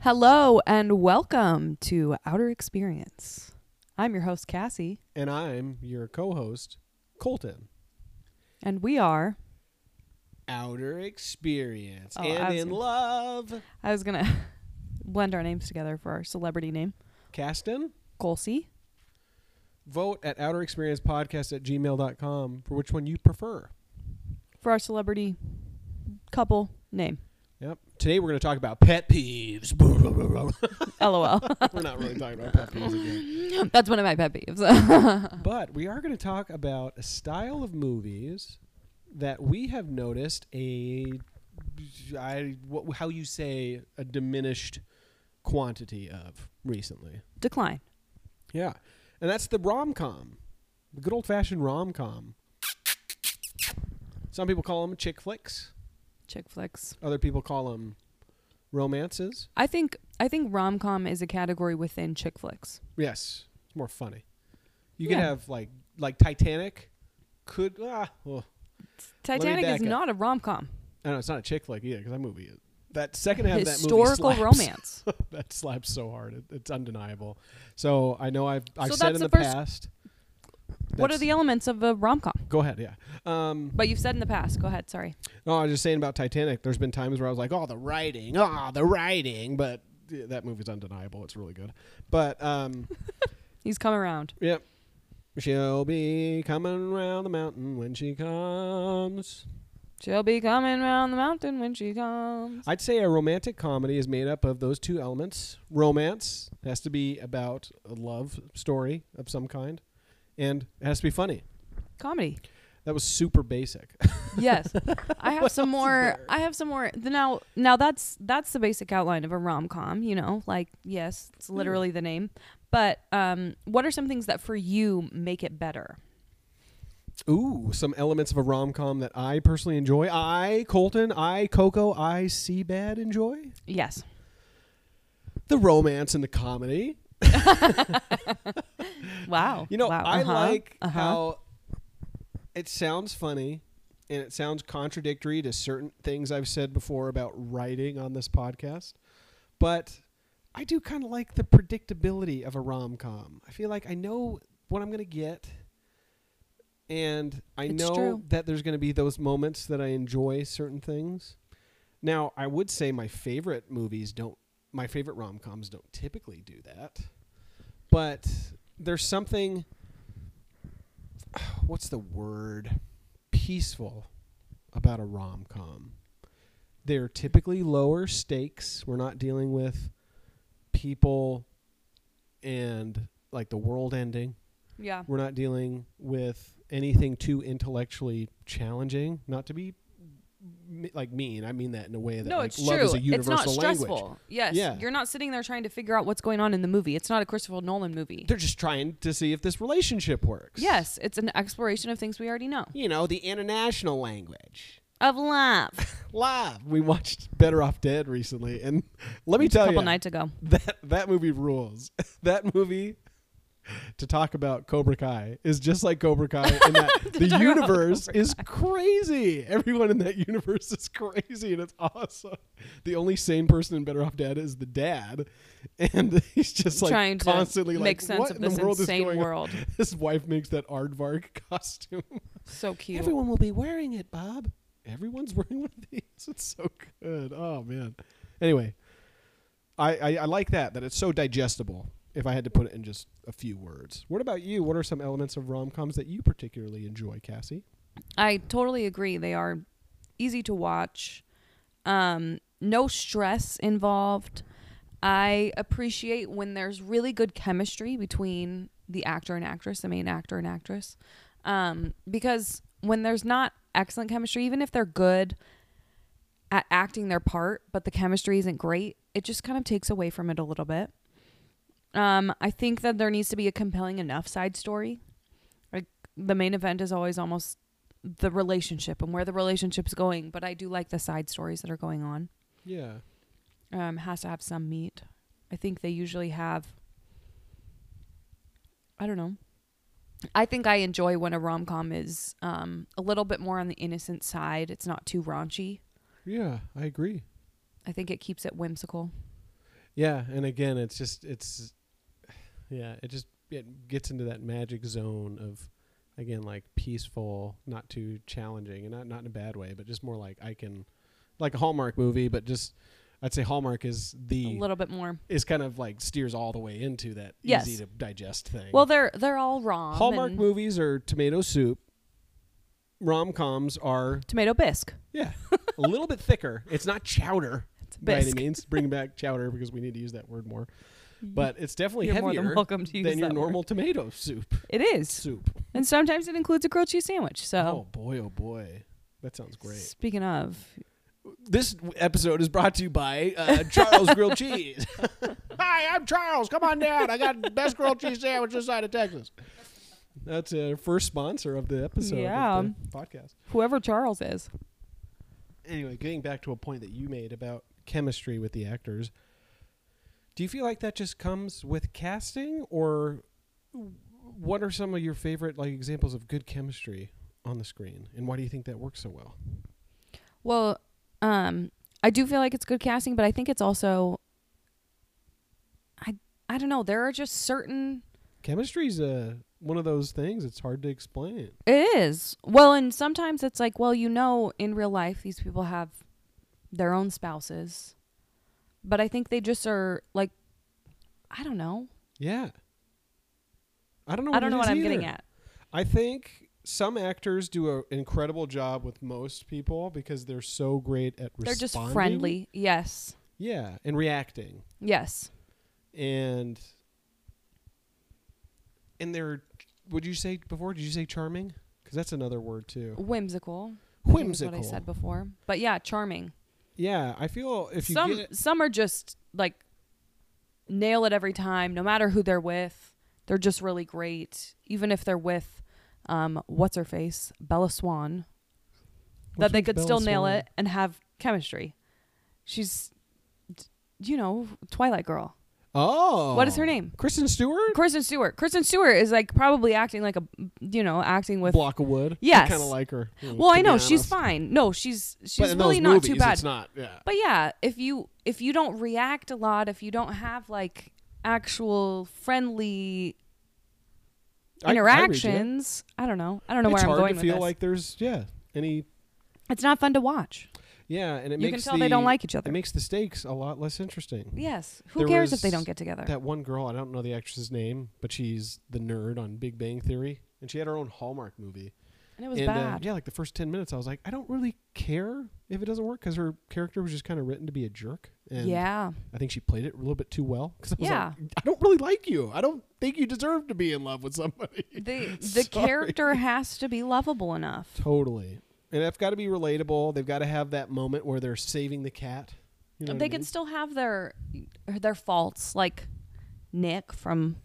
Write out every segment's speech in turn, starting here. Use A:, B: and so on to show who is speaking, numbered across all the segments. A: Hello and welcome to Outer Experience. I'm your host, Cassie,
B: And I'm your co host, Colton.
A: and we are.
B: Outer experience
A: Oh, I
B: and
A: was
B: in
A: gonna-
B: love.
A: I was going to blend our names together for our celebrity name,
B: Kasten,
A: Colsey.
B: vote at outerexperiencepodcast at gmail.com for which one you prefer.
A: For our celebrity couple name,
B: Yep. Today we're going to talk about pet peeves. we're
A: lol.
B: not really talking about pet peeves again.
A: That's one of my pet peeves.
B: But we are going to talk about a style of movies that we have noticed a I what, how you say a diminished quantity of recently.
A: Decline.
B: Yeah. And that's the rom com. The good old fashioned rom com. Some people call them chick flicks,
A: Chick flicks.
B: other people call them romances.
A: I think I think rom com is a category within chick flicks.
B: Yes, it's more funny. You
A: Yeah.
B: could have like like Titanic could ah, well, me
A: Titanic
B: back
A: is
B: up.
A: not a rom com.
B: I don't know, it's not a chick flick either cuz that movie is that second half
A: Historical
B: of that movie slaps.
A: romance.
B: that slaps so hard. It, it's undeniable. So, I know I've I've
A: So
B: said
A: that's
B: in
A: the
B: the,
A: first-
B: past
A: what are
B: that's-
A: the elements of a rom com?
B: Go ahead, yeah. Um
A: But you've said in the past. Go ahead. Sorry.
B: No, Oh, I was just saying about Titanic. There's been times where I was like, "Oh, the writing, oh, the writing," but yeah, that movie's undeniable. It's really good. But um,
A: He's come around.
B: yep, she'll be coming round the mountain when she comes.
A: She'll be coming round the mountain when she comes.
B: I'd say a romantic comedy is made up of those two elements. Romance has to be about a love story of some kind, and it has to be funny.
A: Comedy.
B: That was super basic.
A: Yes. I have some
B: else is
A: more
B: there?
A: I have some more the now now that's that's the basic outline of a rom com, you know, like yes, it's
B: Hmm.
A: literally the name. But um what are some things that for you make it better?
B: Ooh, some elements of a rom com that I personally enjoy. I, Colton, I, Coco, I, Seabad enjoy.
A: Yes.
B: The romance and the comedy.
A: Wow.
B: You know,
A: wow.
B: I
A: Uh-huh.
B: like
A: Uh-huh.
B: how it sounds funny and it sounds contradictory to certain things I've said before about writing on this podcast. But I do kind of like the predictability of a rom com. I feel like I know what I'm going to get. And I
A: It's
B: know
A: true.
B: that there's going to be those moments that I enjoy certain things. Now, I would say my favorite movies don't, my favorite rom coms don't typically do that. But there's something, what's the word? Peaceful about a rom com. They're typically lower stakes. We're not dealing with people and like the world ending.
A: Yeah.
B: We're not dealing with anything too intellectually challenging. Not to be m- like mean. I mean that in a way that
A: No,
B: like,
A: it's
B: love
A: true.
B: is a
A: it's
B: universal
A: not stressful.
B: language.
A: Yes.
B: Yeah.
A: You're not sitting there trying to figure out what's going on in the movie. It's not a Christopher Nolan movie.
B: They're just trying to see if this relationship works.
A: Yes, it's an exploration of things we already know.
B: You know, the international language.
A: Of love.
B: Live. We watched Better Off Dead recently, and let me tell
A: a couple
B: you,
A: nights ago.
B: that that movie rules. that movie to talk about Cobra Kai is just like Cobra Kai in that the
A: talk about
B: universe is crazy. Everyone in that universe is crazy and it's awesome. The only sane person in Better Off Dead is the dad, and he's just like
A: trying to
B: constantly like
A: make sense
B: what
A: of
B: in
A: this
B: the world
A: insane
B: is going on?"
A: world.
B: His wife makes that aardvark costume.
A: So cute.
B: Everyone will be wearing it, Bob. Everyone's wearing one of these. It's so good. Oh man. Anyway, I, I I like that that it's so digestible. If I had to put it in just a few words, what about you? What are some elements of rom coms that you particularly enjoy, Cassie?
A: I totally agree. They are easy to watch. Um, no stress involved. I appreciate when there's really good chemistry between the actor and actress, the main actor and actress. Um, because when there's not excellent chemistry, even if they're good at acting their part, but the chemistry isn't great, it just kind of takes away from it a little bit. Um, I think that there needs to be a compelling enough side story. Like the main event is always almost the relationship and where the relationship's going, but I do like the side stories that are going on.
B: Yeah.
A: Um, has to have some meat. I think they usually have. I don't know. I think I enjoy when a rom com is um, a little bit more on the innocent side. It's not too raunchy.
B: Yeah, I agree.
A: I think it keeps it whimsical.
B: Yeah, and again, it's just it's yeah, it just it gets into that magic zone of again like peaceful, not too challenging, and not not in a bad way, but just more like I can like a Hallmark movie, but just I'd say Hallmark is
A: a
B: the
A: little bit more.
B: is kind of like steers all the way into that
A: Yes.
B: easy to digest thing.
A: Well, they're they're all wrong.
B: Hallmark
A: and
B: movies are tomato soup. Rom coms are
A: Tomato bisque.
B: yeah a little bit thicker. It's not chowder
A: It's
B: by any
A: bisque.
B: means. Bring back chowder because we need to use that word more. But it's definitely
A: You're more
B: heavier
A: than welcome to use
B: than your
A: that word.
B: normal tomato soup.
A: It is,
B: Soup.
A: and sometimes it includes a grilled cheese sandwich. So,
B: Oh boy, oh boy, that sounds great.
A: speaking of,
B: This episode is brought to you by uh, Charles Grilled Cheese. Hi, I'm Charles. Come on down. I got the best grilled cheese sandwich this side of Texas. That's our first sponsor of the episode.
A: Yeah.
B: Of the podcast.
A: whoever Charles is,
B: anyway, getting back to a point that you made about chemistry with the actors, do you feel like that just comes with casting, or what are some of your favorite like examples of good chemistry on the screen, and why do you think that works so well?
A: well, um, I do feel like it's good casting, but I think it's also, I I don't know. There are just certain
B: Chemistry's a one of those things it's hard to explain.
A: It is. Well, and sometimes it's like, well, you know, in real life, these people have their own spouses. But I think they just are like, I don't know.
B: Yeah, I don't know.
A: I don't know
B: it
A: what
B: is
A: I'm
B: either.
A: getting at.
B: I think some actors do an incredible job with most people because they're so great at
A: They're
B: responding.
A: just friendly. Yes.
B: Yeah, and reacting.
A: Yes.
B: and and they're would you say before did you say charming because that's another word too
A: Whimsical. I think is
B: Oh. whimsical
A: What I said before. But yeah, charming.
B: yeah i feel if you
A: some
B: get
A: some are just like nail it every time, no matter who they're with. They're just really great, even if they're with um, what's her face, Bella Swan. that
B: Which
A: they
B: one's
A: could
B: Bella
A: still nail
B: Swan?
A: it and have chemistry. She's, d- you know, Twilight Girl.
B: oh
A: What is her name?
B: kristen stewart
A: Kristen Stewart. Kristen Stewart is like probably acting like a, you know, acting with.
B: block of wood
A: Yes.
B: kind of like her
A: well, I
B: to be
A: know she's
B: honest.
A: fine. No, she's she's
B: but in
A: really
B: those
A: not
B: movies,
A: too bad.
B: it's not yeah
A: But yeah, if you if you don't react a lot, if you don't have like actual friendly
B: I- I read you.
A: interactions, I, don't know. I don't know
B: it's
A: where
B: hard
A: I'm going
B: to
A: with
B: feel
A: this.
B: like there's yeah any
A: it's not fun to watch.
B: yeah and it
A: You can
B: makes
A: tell they don't
B: the-
A: like each other.
B: it makes the stakes a lot less interesting
A: Yes. Who
B: There
A: cares if
B: was
A: they don't get together?
B: That one girl, I don't know the actress's name, but she's the nerd on Big Bang Theory, and she had her own Hallmark movie.
A: and it was
B: and Uh,
A: bad.
B: yeah, like the first ten minutes, I was like, I don't really care if it doesn't work because her character was just kind of written to be a jerk, and
A: yeah.
B: I think she played it a little bit too well. Because I was
A: Yeah.
B: like, I don't really like you. I don't think you deserve to be in love with somebody.
A: The the
B: Sorry.
A: character has to be lovable enough.
B: Totally, and they've got to be relatable. They've got to have that moment where they're saving the cat. You know what
A: they
B: I
A: can
B: mean?
A: still have their their faults, like Nick from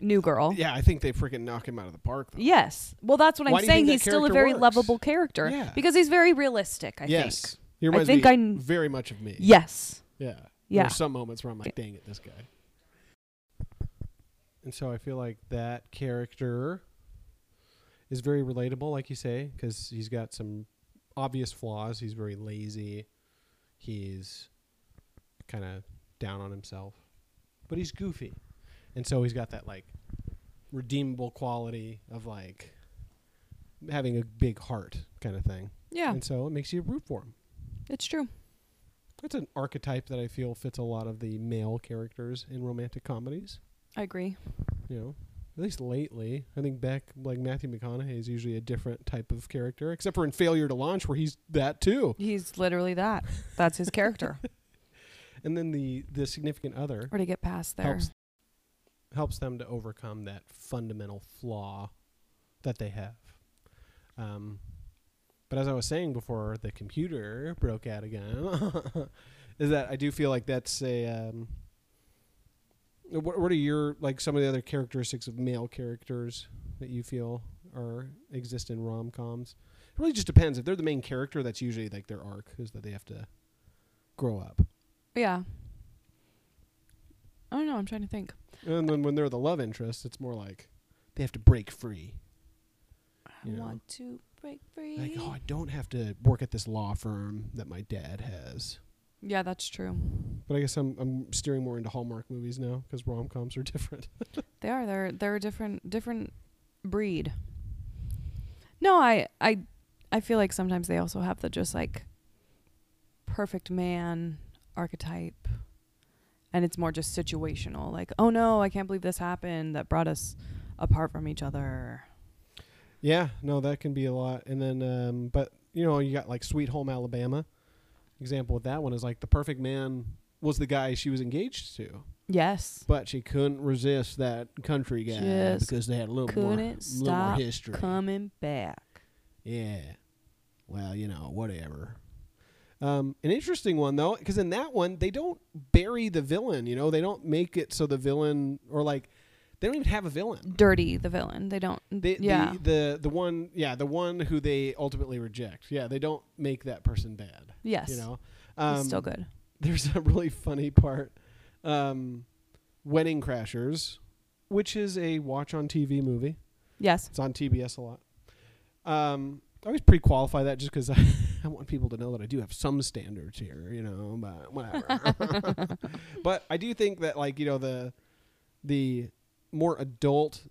A: New Girl.
B: yeah, I think they freaking knock him out of the park. Though.
A: Yes. Well, that's what I'm
B: Why do you
A: saying.
B: think that
A: He's still a
B: character
A: very
B: works?
A: lovable character
B: Yeah.
A: because he's very realistic. I
B: yes,
A: think.
B: he reminds
A: think
B: me
A: I kn-
B: very much of me.
A: Yes.
B: Yeah.
A: Yeah.
B: There are some moments where I'm like, dang it, this guy. And so I feel like that character is very relatable, like you say, because he's got some obvious flaws. He's very lazy. He's kind of down on himself, but he's goofy. And so he's got that like redeemable quality of like having a big heart kind of thing.
A: Yeah.
B: And so it makes you root for him.
A: It's true.
B: That's an archetype that I feel fits a lot of the male characters in romantic comedies.
A: I agree.
B: You know, at least lately, I think back like Matthew McConaughey is usually a different type of character, except for in Failure to Launch, where he's that too.
A: He's literally that. That's his character.
B: And then the the significant other
A: or to get past there.
B: helps helps them to overcome that fundamental flaw that they have. Um, but as I was saying before, the computer broke out again. is that I do feel like that's a. Um, what What are your like some of the other characteristics of male characters that you feel are exist in rom coms? It really just depends. If they're the main character, that's usually like their arc is that they have to grow up.
A: Yeah. I don't know. I'm trying to think.
B: And then when they're the love interest, it's more like they have to break free.
A: I
B: Yeah.
A: want to break free.
B: oh, Like, oh, I don't have to work at this law firm that my dad has.
A: Yeah, that's true.
B: But I guess I'm I'm steering more into Hallmark movies now because rom coms are different.
A: They are. They're they're a different different breed. No, I I I feel like sometimes they also have the just like perfect man archetype. And it's more just situational, like, oh no, I can't believe this happened that brought us apart from each other.
B: yeah, no, that can be a lot. And then, um, but you know, you got like Sweet Home Alabama. Example with that one is like the perfect man was the guy she was engaged to,
A: Yes.
B: but she couldn't resist that country guy
A: Just
B: because they had a little more,
A: couldn't
B: little more
A: stop
B: history.
A: coming back.
B: Yeah. Well, you know, whatever. Um, an interesting one though, because in that one they don't bury the villain. You know, they don't make it so the villain or like they don't even have a villain.
A: Dirty, the villain. They don't.
B: They,
A: yeah.
B: The, the the one yeah the one who they ultimately reject. Yeah, they don't make that person bad.
A: yes.
B: You know, Um,
A: it's still good.
B: there's a really funny part. Um, Wedding Crashers, which is a watch on TV movie.
A: Yes.
B: It's on TBS a lot. Um, I always pre-qualify that just because I, I want people to know that I do have some standards here, you know. But whatever. but I do think that, like you know, the the more adult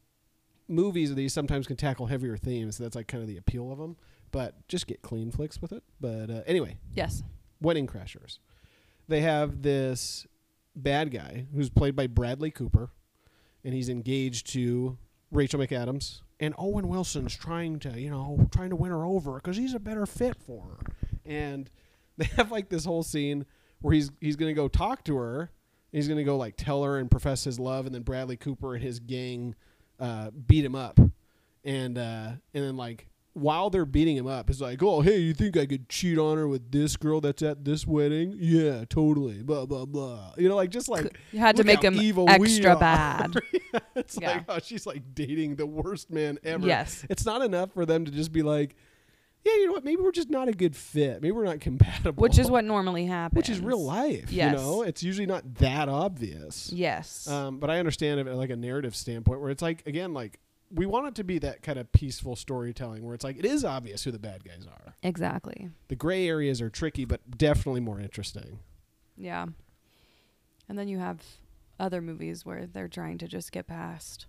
B: movies of these sometimes can tackle heavier themes. That's like kind of the appeal of them. But just get clean flicks with it. But uh, anyway,
A: Yes.
B: Wedding Crashers. They have this bad guy who's played by Bradley Cooper, and he's engaged to Rachel McAdams. And Owen Wilson's trying to, you know, trying to win her over because he's a better fit for her. And they have like this whole scene where he's he's gonna go talk to her. And he's gonna go like tell her and profess his love, and then Bradley Cooper and his gang uh, beat him up. And uh, and then like while they're beating him up, it's like, oh hey, you think I could cheat on her with this girl that's at this wedding? Yeah, totally. Blah blah blah. You know, like just like
A: You had to
B: look
A: make
B: how
A: him
B: evil we
A: extra
B: are.
A: bad.
B: it's
A: Yeah.
B: like oh, she's like dating the worst man ever.
A: Yes.
B: it's not enough for them to just be like, yeah, you know what? Maybe we're just not a good fit. Maybe we're not compatible.
A: Which is what normally happens.
B: which is real life.
A: Yes.
B: You know, it's usually not that obvious.
A: Yes.
B: Um, but I understand it like a narrative standpoint where it's like again like we want it to be that kind of peaceful storytelling where it's like it is obvious who the bad guys are.
A: exactly.
B: The gray areas are tricky, but definitely more interesting.
A: Yeah. And then you have other movies where they're trying to just get past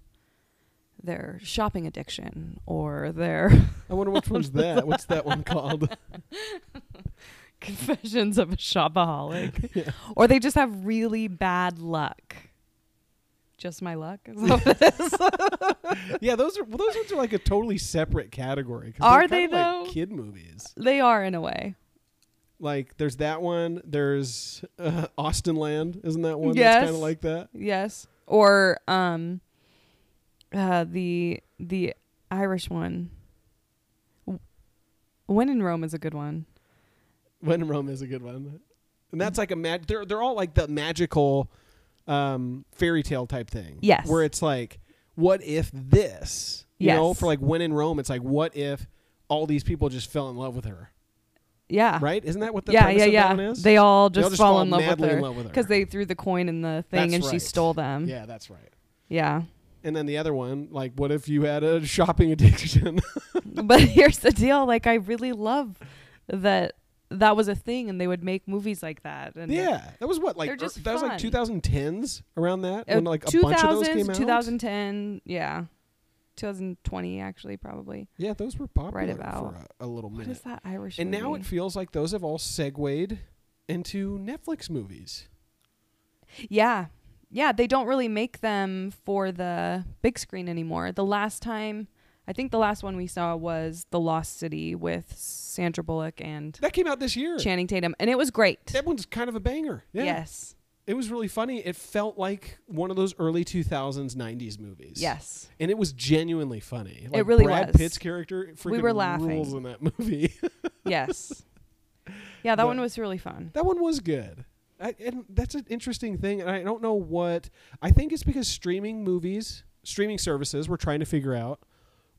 A: their shopping addiction or their
B: I wonder which one's that. What's that one called?
A: confessions of a shopaholic.
B: Yeah.
A: Or they just have really bad luck. Just my luck? Is that what it is?
B: yeah, those are well, those ones are like a totally separate category. 'cause
A: Are
B: they're kind
A: they,
B: of like
A: though?
B: kid movies?
A: they are in a way.
B: Like there's that one. There's uh, Austin Land, isn't that one?
A: Yes.
B: kind of like that.
A: Yes. Or um uh the the Irish one. W- When in Rome is a good one.
B: When in Rome is a good one, and that's like a mag. They're they're all like the magical um, fairy tale type thing.
A: Yes.
B: where it's like, what if this? You know,
A: Yes.
B: for like When in Rome, it's like, what if all these people just fell in love with her?
A: Yeah.
B: Right? Isn't that what the
A: Ah. yeah,
B: premise
A: yeah,
B: of
A: yeah.
B: that one is?
A: They all
B: They
A: just,
B: all just
A: fall
B: fall
A: in love with
B: madly in
A: her
B: love with her.
A: because they threw the coin in the thing
B: That's
A: and she
B: right.
A: stole them. Yeah.
B: yeah, that's right.
A: yeah.
B: And then the other one, like, what if you had a shopping addiction?
A: but here's the deal: like, I really love that that was a thing, and they would make movies like that. And uh,
B: yeah, that was what like
A: They're
B: er-
A: just
B: that was like
A: fun.
B: 2010s around that
A: Uh,
B: when like a bunch of those
A: 2000s,
B: came out.
A: 2010, yeah, 2020 actually probably.
B: Yeah, those were popular for
A: about-
B: a, a little
A: What
B: minute.
A: is that Irish?
B: And now
A: movie?
B: it feels like those have all segued into Netflix movies.
A: Yeah. Yeah, they don't really make them for the big screen anymore. The last time, I think the last one we saw was The Lost City with Sandra Bullock and
B: That came out this year.
A: Channing Tatum, and it was great.
B: that one's kind of a banger. Yeah.
A: Yes.
B: It was really funny. It felt like one of those early 2000s 90s movies.
A: Yes.
B: And it was genuinely funny. Like
A: really
B: Brad
A: was.
B: Pitt's character freaking
A: We were laughing.
B: rules in that movie.
A: Yes. Yeah, that
B: But-
A: one was really fun.
B: That one was good. I, and that's an interesting thing. And I don't know what. I think it's because streaming movies, streaming services, were trying to figure out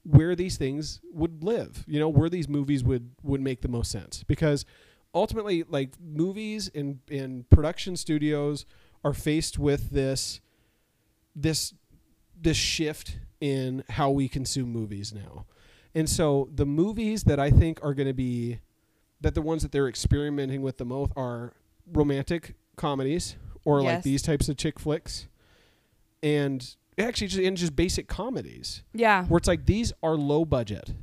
B: where these things would live. You know, where these movies would would make the most sense. Because ultimately, like movies and and production studios are faced with this this this shift in how we consume movies now. And so the movies that I think are going to be that the ones that they're experimenting with the most are romantic comedies or like
A: Yes.
B: these types of chick flicks, and actually just and just basic comedies
A: Yeah,
B: where it's like these are low budget.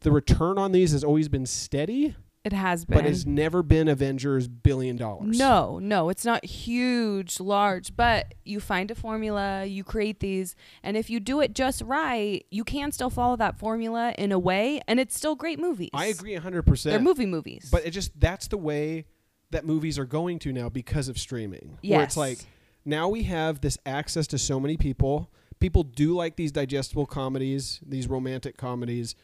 B: The return on these has always been steady,
A: it has been.
B: but has never been Avengers billion dollars.
A: No, no, it's not huge, large, but you find a formula, you create these, and if you do it just right, you can still follow that formula in a way, and it's still great movies.
B: I agree hundred
A: They're
B: percent.
A: movie movies.
B: But it just that's the way that movies are going to now because of streaming. Where
A: Yes.
B: it's like now we have this access to so many people. People do like these digestible comedies, these romantic comedies,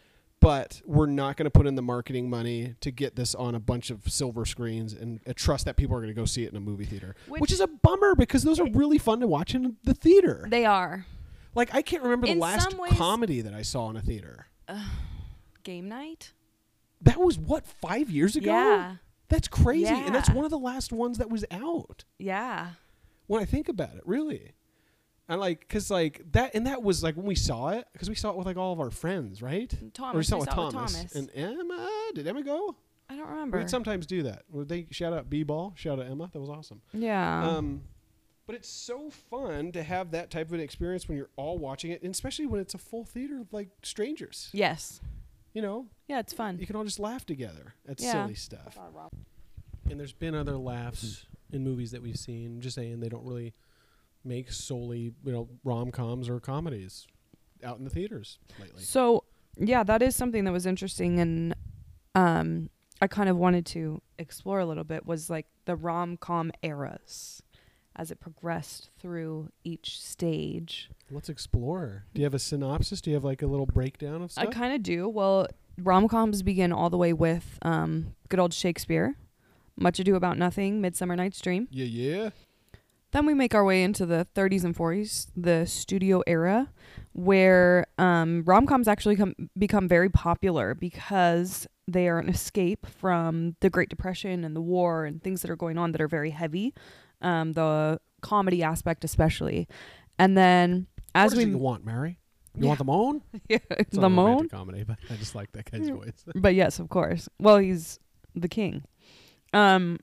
B: but we're not going to put in the marketing money to get this on a bunch of silver screens and uh, trust that people are going to go see it in a movie theater, which,
A: Which-
B: is a bummer because those are really fun to watch in the theater.
A: they are.
B: like I can't remember the
A: In
B: last
A: some ways-
B: comedy that I saw in a theater.
A: Game night?
B: That was what 5 years ago?
A: Yeah.
B: That's crazy. And that's
A: Yeah.
B: one of the last ones that was out
A: Yeah.
B: when I think about it, really. And like, because like that, and that was like when we saw it, because we saw it with like all of our friends, right?
A: Thomas,
B: or we saw,
A: we
B: it with,
A: saw it with
B: Thomas.
A: Thomas.
B: And Emma, did Emma go?
A: I don't remember.
B: We'd sometimes do that. Would they shout out B ball? Shout out Emma. That was awesome.
A: yeah.
B: Um, but it's so fun to have that type of an experience when you're all watching it, and especially when it's a full theater of like strangers.
A: yes.
B: You know,
A: Yeah, it's fun.
B: you can all just laugh together at
A: Yeah.
B: silly stuff. And there's been other laughs in movies that we've seen. Just saying, they don't really make solely you know rom coms or comedies out in the theaters lately.
A: So, yeah, that is something that was interesting and um I kind of wanted to explore a little bit was like the rom-com eras as it progressed through each stage.
B: Let's explore. Do you have a synopsis? Do you have like a little breakdown of
A: I kind of do. Well, rom-coms begin all the way with um good old Shakespeare, Much Ado About Nothing, Midsummer Night's Dream.
B: yeah, yeah.
A: Then we make our way into the 30s and 40s, the studio era, where um, rom coms actually come, become very popular because they are an escape from the Great Depression and the war and things that are going on that are very heavy, um, the comedy aspect, especially. And then
B: As
A: as
B: what we
A: we.
B: want, Mary. You
A: Yeah.
B: want them on? It's not
A: the
B: a romantic
A: moan?
B: comedy, but I just like that guy's voice.
A: But yes, of course. Well, he's the king. Um,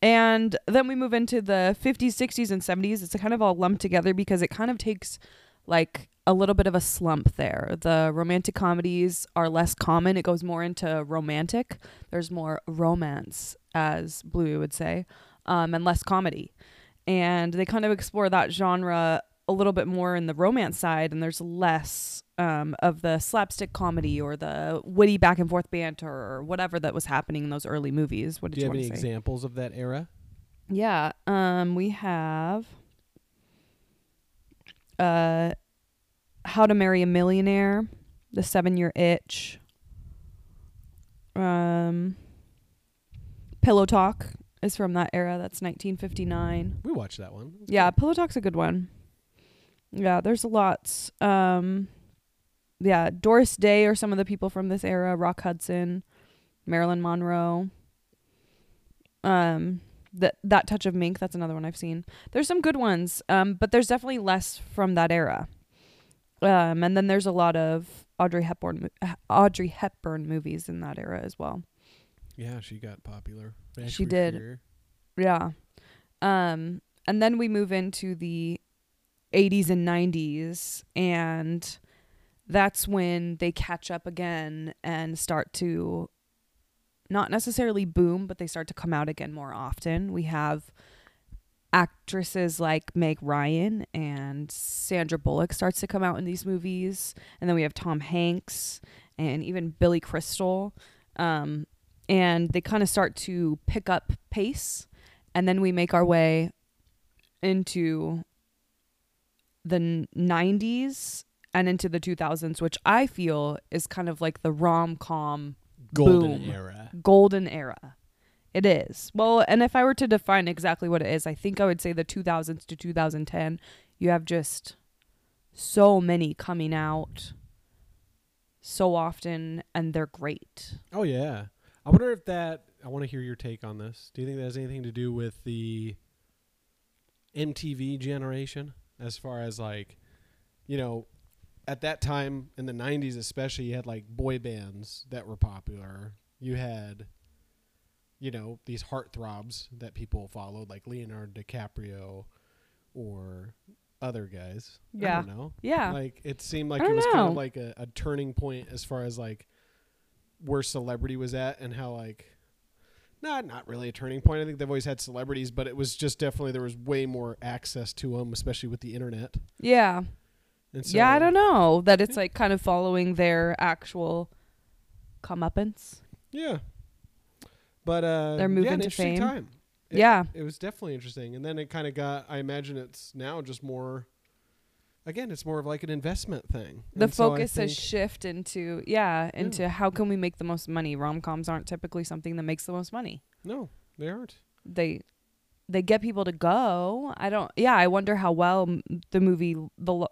A: and then we move into the 50s, 60s, and 70s. It's kind of all lumped together because it kind of takes like a little bit of a slump there. The romantic comedies are less common. It goes more into romantic. There's more romance, as Bluey would say, um, and less comedy. And they kind of explore that genre a little bit more in the romance side, and there's less um, of the slapstick comedy or the witty back and forth banter or whatever that was happening in those early movies. What did
B: Do you have
A: want
B: any
A: to say?
B: examples of that era?
A: Yeah. Um, we have uh, How to Marry a Millionaire, The Seven Year Itch, um, Pillow Talk is from that era. That's 1959.
B: We watched that one.
A: Yeah, Pillow Talk's a good one. Yeah, there's lots. Um, yeah, Doris Day are some of the people from this era. Rock Hudson, Marilyn Monroe. Um, that that touch of mink. That's another one I've seen. There's some good ones. Um, but there's definitely less from that era. Um, and then there's a lot of Audrey Hepburn, mo- Audrey Hepburn movies in that era as well.
B: Yeah, she got popular. Back
A: She
B: for
A: did.
B: sure.
A: Yeah. Um and then we move into the 80s and 90s and that's when they catch up again and start to not necessarily boom, but they start to come out again more often. We have actresses like Meg Ryan and Sandra Bullock starts to come out in these movies, and then we have Tom Hanks and even Billy Crystal. Um, and they kind of start to pick up pace and then we make our way into the n- 90s and into the 2000s which i feel is kind of like the rom-com
B: Golden
A: Boom.
B: era.
A: golden era it is well and if i were to define exactly what it is i think i would say the 2000s to 2010 you have just so many coming out so often and they're great
B: Oh yeah. I wonder if that I want to hear your take on this. Do you think that has anything to do with the MTV generation as far as like you know at that time in the 90s especially you had like boy bands that were popular. You had you know, these heartthrobs that people followed, like Leonardo DiCaprio or other guys. I
A: Yeah.
B: don't know.
A: Yeah.
B: Like it seemed like
A: I
B: it
A: don't
B: was kind of
A: know.
B: like a, a turning point as far as like where celebrity was at and how like not not really a turning point. I think they've always had celebrities, but it was just definitely there was way more access to them, especially with the internet.
A: yeah.
B: And
A: yeah, I
B: so-
A: don't know that it's like kind of following their actual comeuppance.
B: Yeah. But uh
A: Their move
B: yeah, an
A: into
B: interesting
A: fame.
B: time. It-
A: Yeah.
B: It was definitely interesting. And then it kind of got I imagine it's now just more again, it's more of like an investment thing.
A: The
B: And so I
A: focus has
B: think-
A: shift into yeah, into how can we make the most money. Rom coms aren't typically something that makes the most money.
B: No, they aren't.
A: They they get people to go. I don't. Yeah, I wonder how well m- the movie The Lo-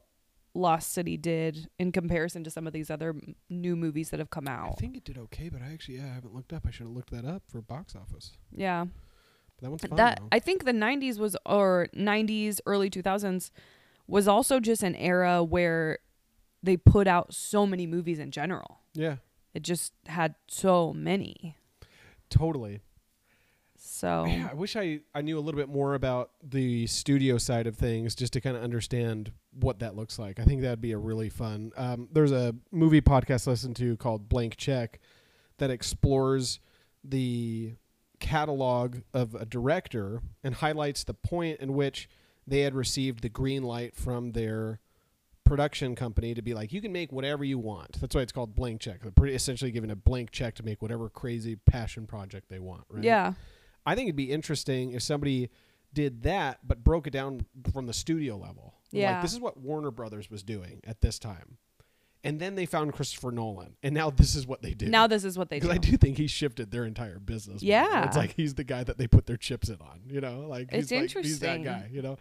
A: Lost City did in comparison to some of these other m- new movies that have come
B: I
A: out.
B: think it did okay, but I actually yeah, I haven't looked up. I should have looked that up for box office.
A: Yeah.
B: But that one's fun.
A: that
B: though.
A: I think the 90s was or 90s early 2000s was also just an era where they put out so many movies in general.
B: yeah,
A: It just had so many.
B: totally.
A: So
B: Yeah, I wish I I knew a little bit more about the studio side of things just to kind of understand what that looks like. I think that'd be a really fun. Um, there's a movie podcast I listen to called Blank Check that explores the catalog of a director and highlights the point in which they had received the green light from their production company to be like you can make whatever you want that's why it's called blank check they're pretty essentially given a blank check to make whatever crazy passion project they want right
A: yeah.
B: I think it'd be interesting if somebody did that but broke it down from the studio level.
A: Yeah.
B: Like this is what Warner Brothers was doing at this time. And then they found Christopher Nolan. And now this is what they do.
A: Now this is what they do.
B: because I do think he shifted their entire business. model.
A: Yeah.
B: It's like he's the guy that they put their chips in on, you know? Like
A: It's
B: he's like, he's that
A: interesting.
B: guy, you know?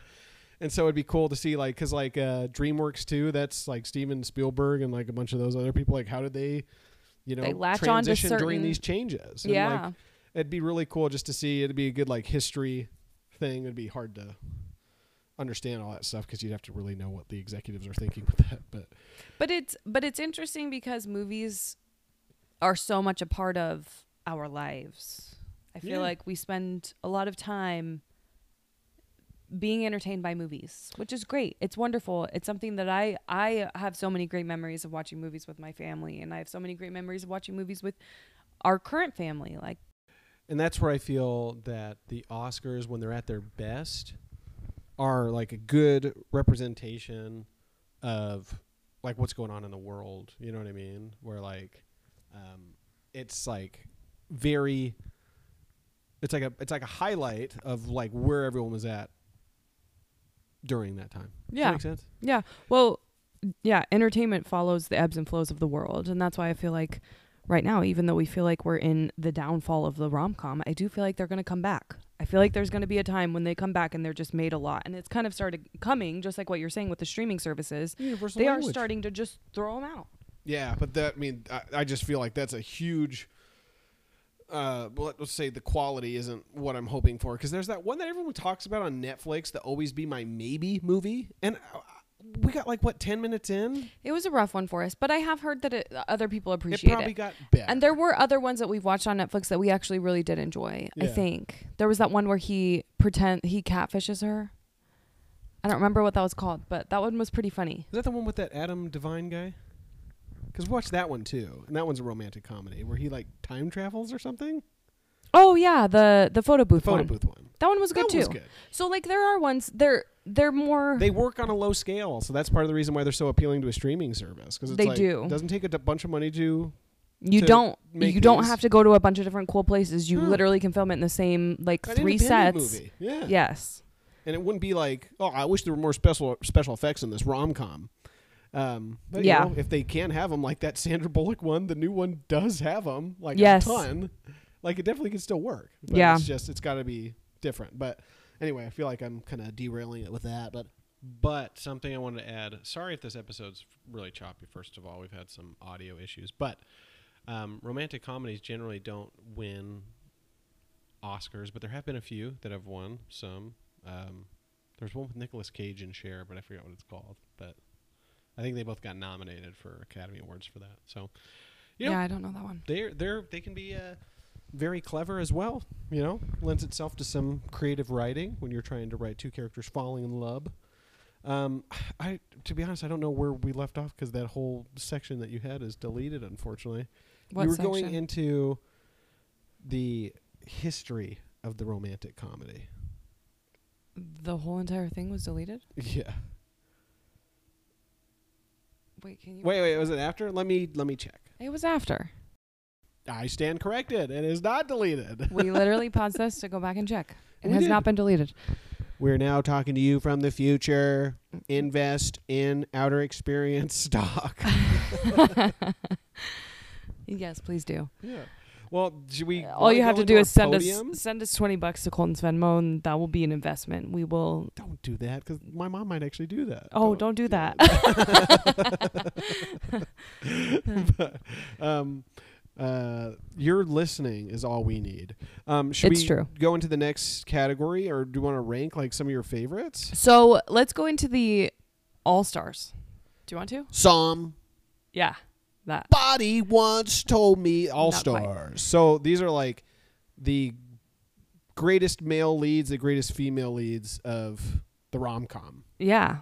B: And so it'd be cool to see like cuz like uh Dreamworks too, that's like Steven Spielberg and like a bunch of those other people like how did they you know
A: They latch on to
B: transition during
A: certain-
B: these changes? And, like,
A: yeah.
B: it'd be really cool just to see. It'd be a good like history thing. It'd be hard to understand all that stuff because you'd have to really know what the executives are thinking with that. But
A: But it's but it's interesting because movies are so much a part of our lives. I feel
B: Yeah.
A: like we spend a lot of time being entertained by movies, which is great. It's wonderful. It's something that I I have so many great memories of watching movies with my family and I have so many great memories of watching movies with our current family. Like
B: and that's where I feel that the Oscars, when they're at their best, are like a good representation of like what's going on in the world. You know what I mean? Where like um, it's like very it's like a it's like a highlight of like where everyone was at during that time. Does that
A: Yeah.
B: make sense?
A: Yeah. Well, yeah, entertainment follows the ebbs and flows of the world. And that's why I feel like right now, even though we feel like we're in the downfall of the rom com, I do feel like they're going to come back. I feel like there's going to be a time when they come back and they're just made a lot. And it's kind of started coming, just like what you're saying with the streaming services.
B: Universal
A: They are
B: language.
A: starting to just throw them out.
B: Yeah, but that I mean I, I just feel like that's a huge. Uh, well, let's say the quality isn't what I'm hoping for because there's that one that everyone talks about on Netflix, the Always Be My Maybe movie, and uh, we got like what ten minutes in,
A: It was a rough one for us, but I have heard that it, other people
B: it
A: appreciate
B: probably
A: it.
B: got better.
A: And there were other ones that we've watched on Netflix that we actually really did enjoy. I
B: Yeah.
A: think there was that one where he pretend he catfishes her. I don't remember what that was called, but that one was pretty funny.
B: Is that the one with that Adam Devine guy? Because watch that one too, and that one's a romantic comedy where he like time travels or something.
A: Oh yeah, the the photo
B: The
A: booth
B: photo
A: one.
B: booth one.
A: That one was good
B: That
A: too.
B: one's good.
A: So like there are ones they're they're more
B: They work on a low scale, so that's part of the reason why they're so appealing to a streaming service. Because
A: They
B: like,
A: do.
B: It doesn't take a d- bunch of money to
A: you
B: to
A: don't you
B: make
A: don't
B: these.
A: have to go to a bunch of different cool places. You
B: No.
A: literally can film it in the same like
B: An
A: three
B: independent
A: sets.
B: Movie. Yeah.
A: Yes.
B: And it wouldn't be like, oh, I wish there were more special special effects in this rom com. Um, but you
A: Yeah.
B: know, if they can have them, like that Sandra Bullock one, the new one does have them, like
A: Yes.
B: a ton. Like it definitely can still work. But
A: Yeah.
B: It's just it's got to be different. But anyway, I feel like I'm kind of derailing it with that. But but something I wanted to add. Sorry if this episode's really choppy. First of all, we've had some audio issues, but um, romantic comedies generally don't win Oscars, but there have been a few that have won some. Um, there's one with Nicolas Cage and Cher, but I forget what it's called. But I think they both got nominated for Academy Awards for that. So, you know,
A: Yeah, I don't know that one.
B: they're they're they can be uh, very clever as well. You know, lends itself to some creative writing when you're trying to write two characters falling in love. Um, I to be honest, I don't know where we left off because that whole section that you had is deleted, unfortunately.
A: What
B: you were
A: section?
B: going into the history of the romantic comedy.
A: the whole entire thing was deleted.
B: Yeah.
A: Wait, can you?
B: Wait, wait, was it after? Let me let me check.
A: It was after.
B: I stand corrected. It is not deleted.
A: We literally paused this to go back and check. It
B: We
A: has
B: did.
A: not been deleted.
B: We're now talking to you from the future. Invest in outer experience stock.
A: yes, please do.
B: yeah. Well, should we
A: All you
B: wanna
A: have
B: go
A: to do
B: into
A: is
B: our
A: send
B: podium?
A: us send us twenty bucks to Colton's Venmo, and that will be an investment. We will.
B: Don't do that because my mom might actually do that.
A: Oh, don't do that.
B: but, um, uh, your listening is all we need. Um, should
A: It's
B: we
A: true.
B: go into the next category, or do you want to rank like some of your favorites?
A: so let's go into the All Stars. Do you want to?
B: Some
A: Yeah, that.
B: body once told me all
A: Not quite.
B: stars. So these are like the greatest male leads, the greatest female leads of the rom com.
A: Yeah,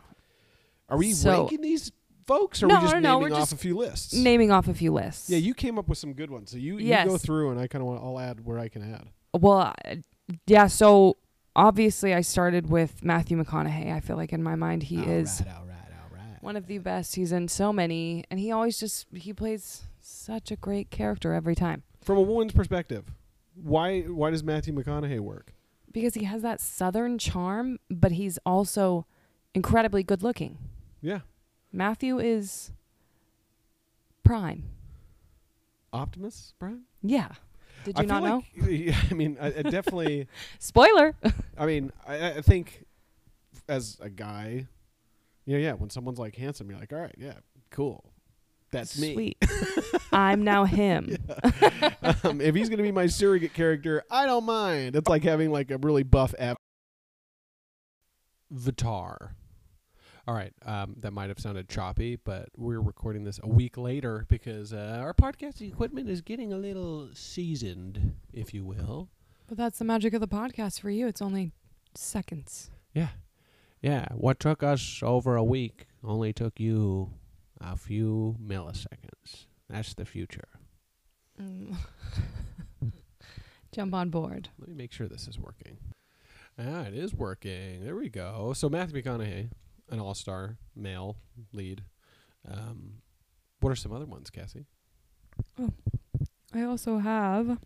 B: Are we
A: So-
B: ranking these folks, or
A: No,
B: are we just
A: no, no,
B: naming
A: we're
B: off
A: just
B: a few lists?
A: naming off a few lists.
B: yeah, you came up with some good ones, so you,
A: Yes.
B: you go through, and I kind of want I'll add where I can add.
A: well, I- yeah. So obviously, I started with Matthew McConaughey. I feel like in my mind he is
B: all right, all right.
A: one of the best. He's in so many, and he always just he plays such a great character every time
B: From a woman's perspective, why why does Matthew McConaughey work?
A: because he has that southern charm, but he's also incredibly good looking.
B: Yeah,
A: Matthew is prime.
B: Optimus Prime.
A: Yeah. Did you
B: I feel
A: not know?
B: like, I mean, I, I definitely.
A: Spoiler.
B: I mean, I, I think as a guy, you know, yeah, when someone's like handsome, you're like, all right, yeah, cool. That's me.
A: Sweet. I'm now him.
B: Um, if he's going to be my surrogate character, I don't mind. It's like having like a really buff app. Vitar. All right, um, that might have sounded choppy, but we're recording this a week later because uh, our podcasting equipment is getting a little seasoned, if you will.
A: But that's the magic of the podcast for you. It's only seconds.
C: Yeah. Yeah. What took us over a week only took you a few milliseconds. That's the future.
A: Mm. Jump on board.
B: Let me make sure this is working. Ah, it is working. There we go. So Matthew McConaughey, an all-star male lead. Um, what are some other ones, Cassie?
A: I also have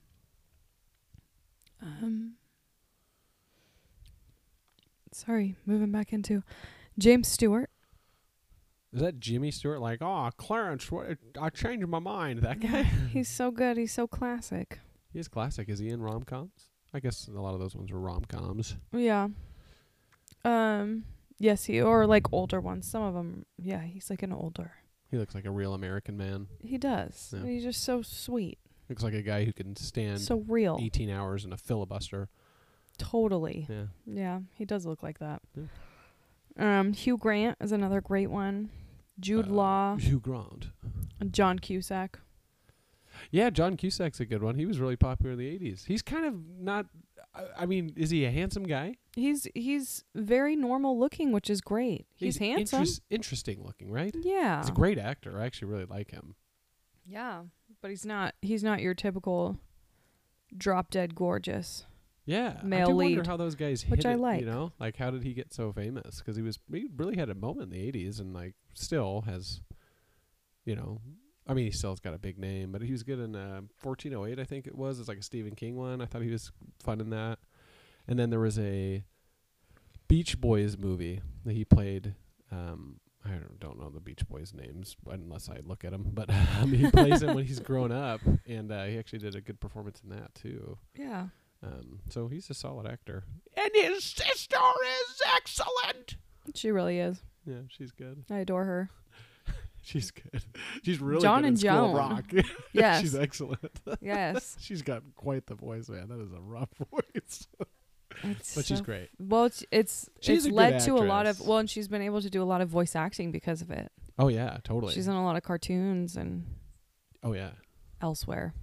A: um sorry, moving back into James Stewart.
B: Is that Jimmy Stewart? Like, oh, Clarence, what, I changed my mind. That guy.
A: He's so good. He's so classic.
B: He is classic. Is he in rom coms? I guess a lot of those ones were rom coms.
A: Yeah. Um yes, he or like older ones. Some of them, yeah, he's like an older.
B: He looks like a real American man.
A: He does.
B: Yeah.
A: He's just so sweet.
B: Looks like a guy who can stand
A: so real.
B: 18 hours in a filibuster.
A: Totally.
B: Yeah.
A: Yeah, he does look like that.
B: Yeah.
A: Um, Hugh Grant is another great one. Jude
B: Uh,
A: Law,
B: Hugh Grant.
A: John Cusack.
B: Yeah, John Cusack's a good one. He was really popular in the 80s. He's kind of not. I I mean, is he a handsome guy?
A: He's he's very normal looking, which is great. He's, handsome.
B: interest- interesting looking, right?
A: yeah.
B: He's a great actor. I actually really like him.
A: Yeah, but he's not he's not your typical drop dead gorgeous.
B: Yeah,
A: Male
B: I do
A: lead,
B: wonder how those guys
A: which
B: hit
A: I
B: it,
A: like.
B: You know, like how did he get so famous? Because he was he really had a moment in the '80s, and like still has, you know, I mean, he still has got a big name, but he was good in uh, 1408, I think it was. It's like a Stephen King one. I thought he was fun in that. And then there was a Beach Boys movie that he played. Um, I don't- don't know the Beach Boys names unless I look at them, but um, he plays him when he's grown up, and uh, he actually did a good performance in that too.
A: Yeah.
B: Um, so he's a solid actor. And his sister is excellent.
A: She really is.
B: Yeah, she's good.
A: I adore her.
B: She's good. She's really
A: John
B: good in
A: and
B: School of
A: Joan.
B: Rock.
A: Yes.
B: she's excellent.
A: yes.
B: She's got quite the voice, man. That is a rough voice,
A: It's
B: but she's
A: so-
B: great.
A: Well, it's it's,
B: She's
A: it's
B: a good
A: led to a lot of
B: actress.
A: well, and she's been able to do a lot of voice acting because of it.
B: Oh yeah, totally.
A: She's in a lot of cartoons and
B: oh yeah,
A: elsewhere.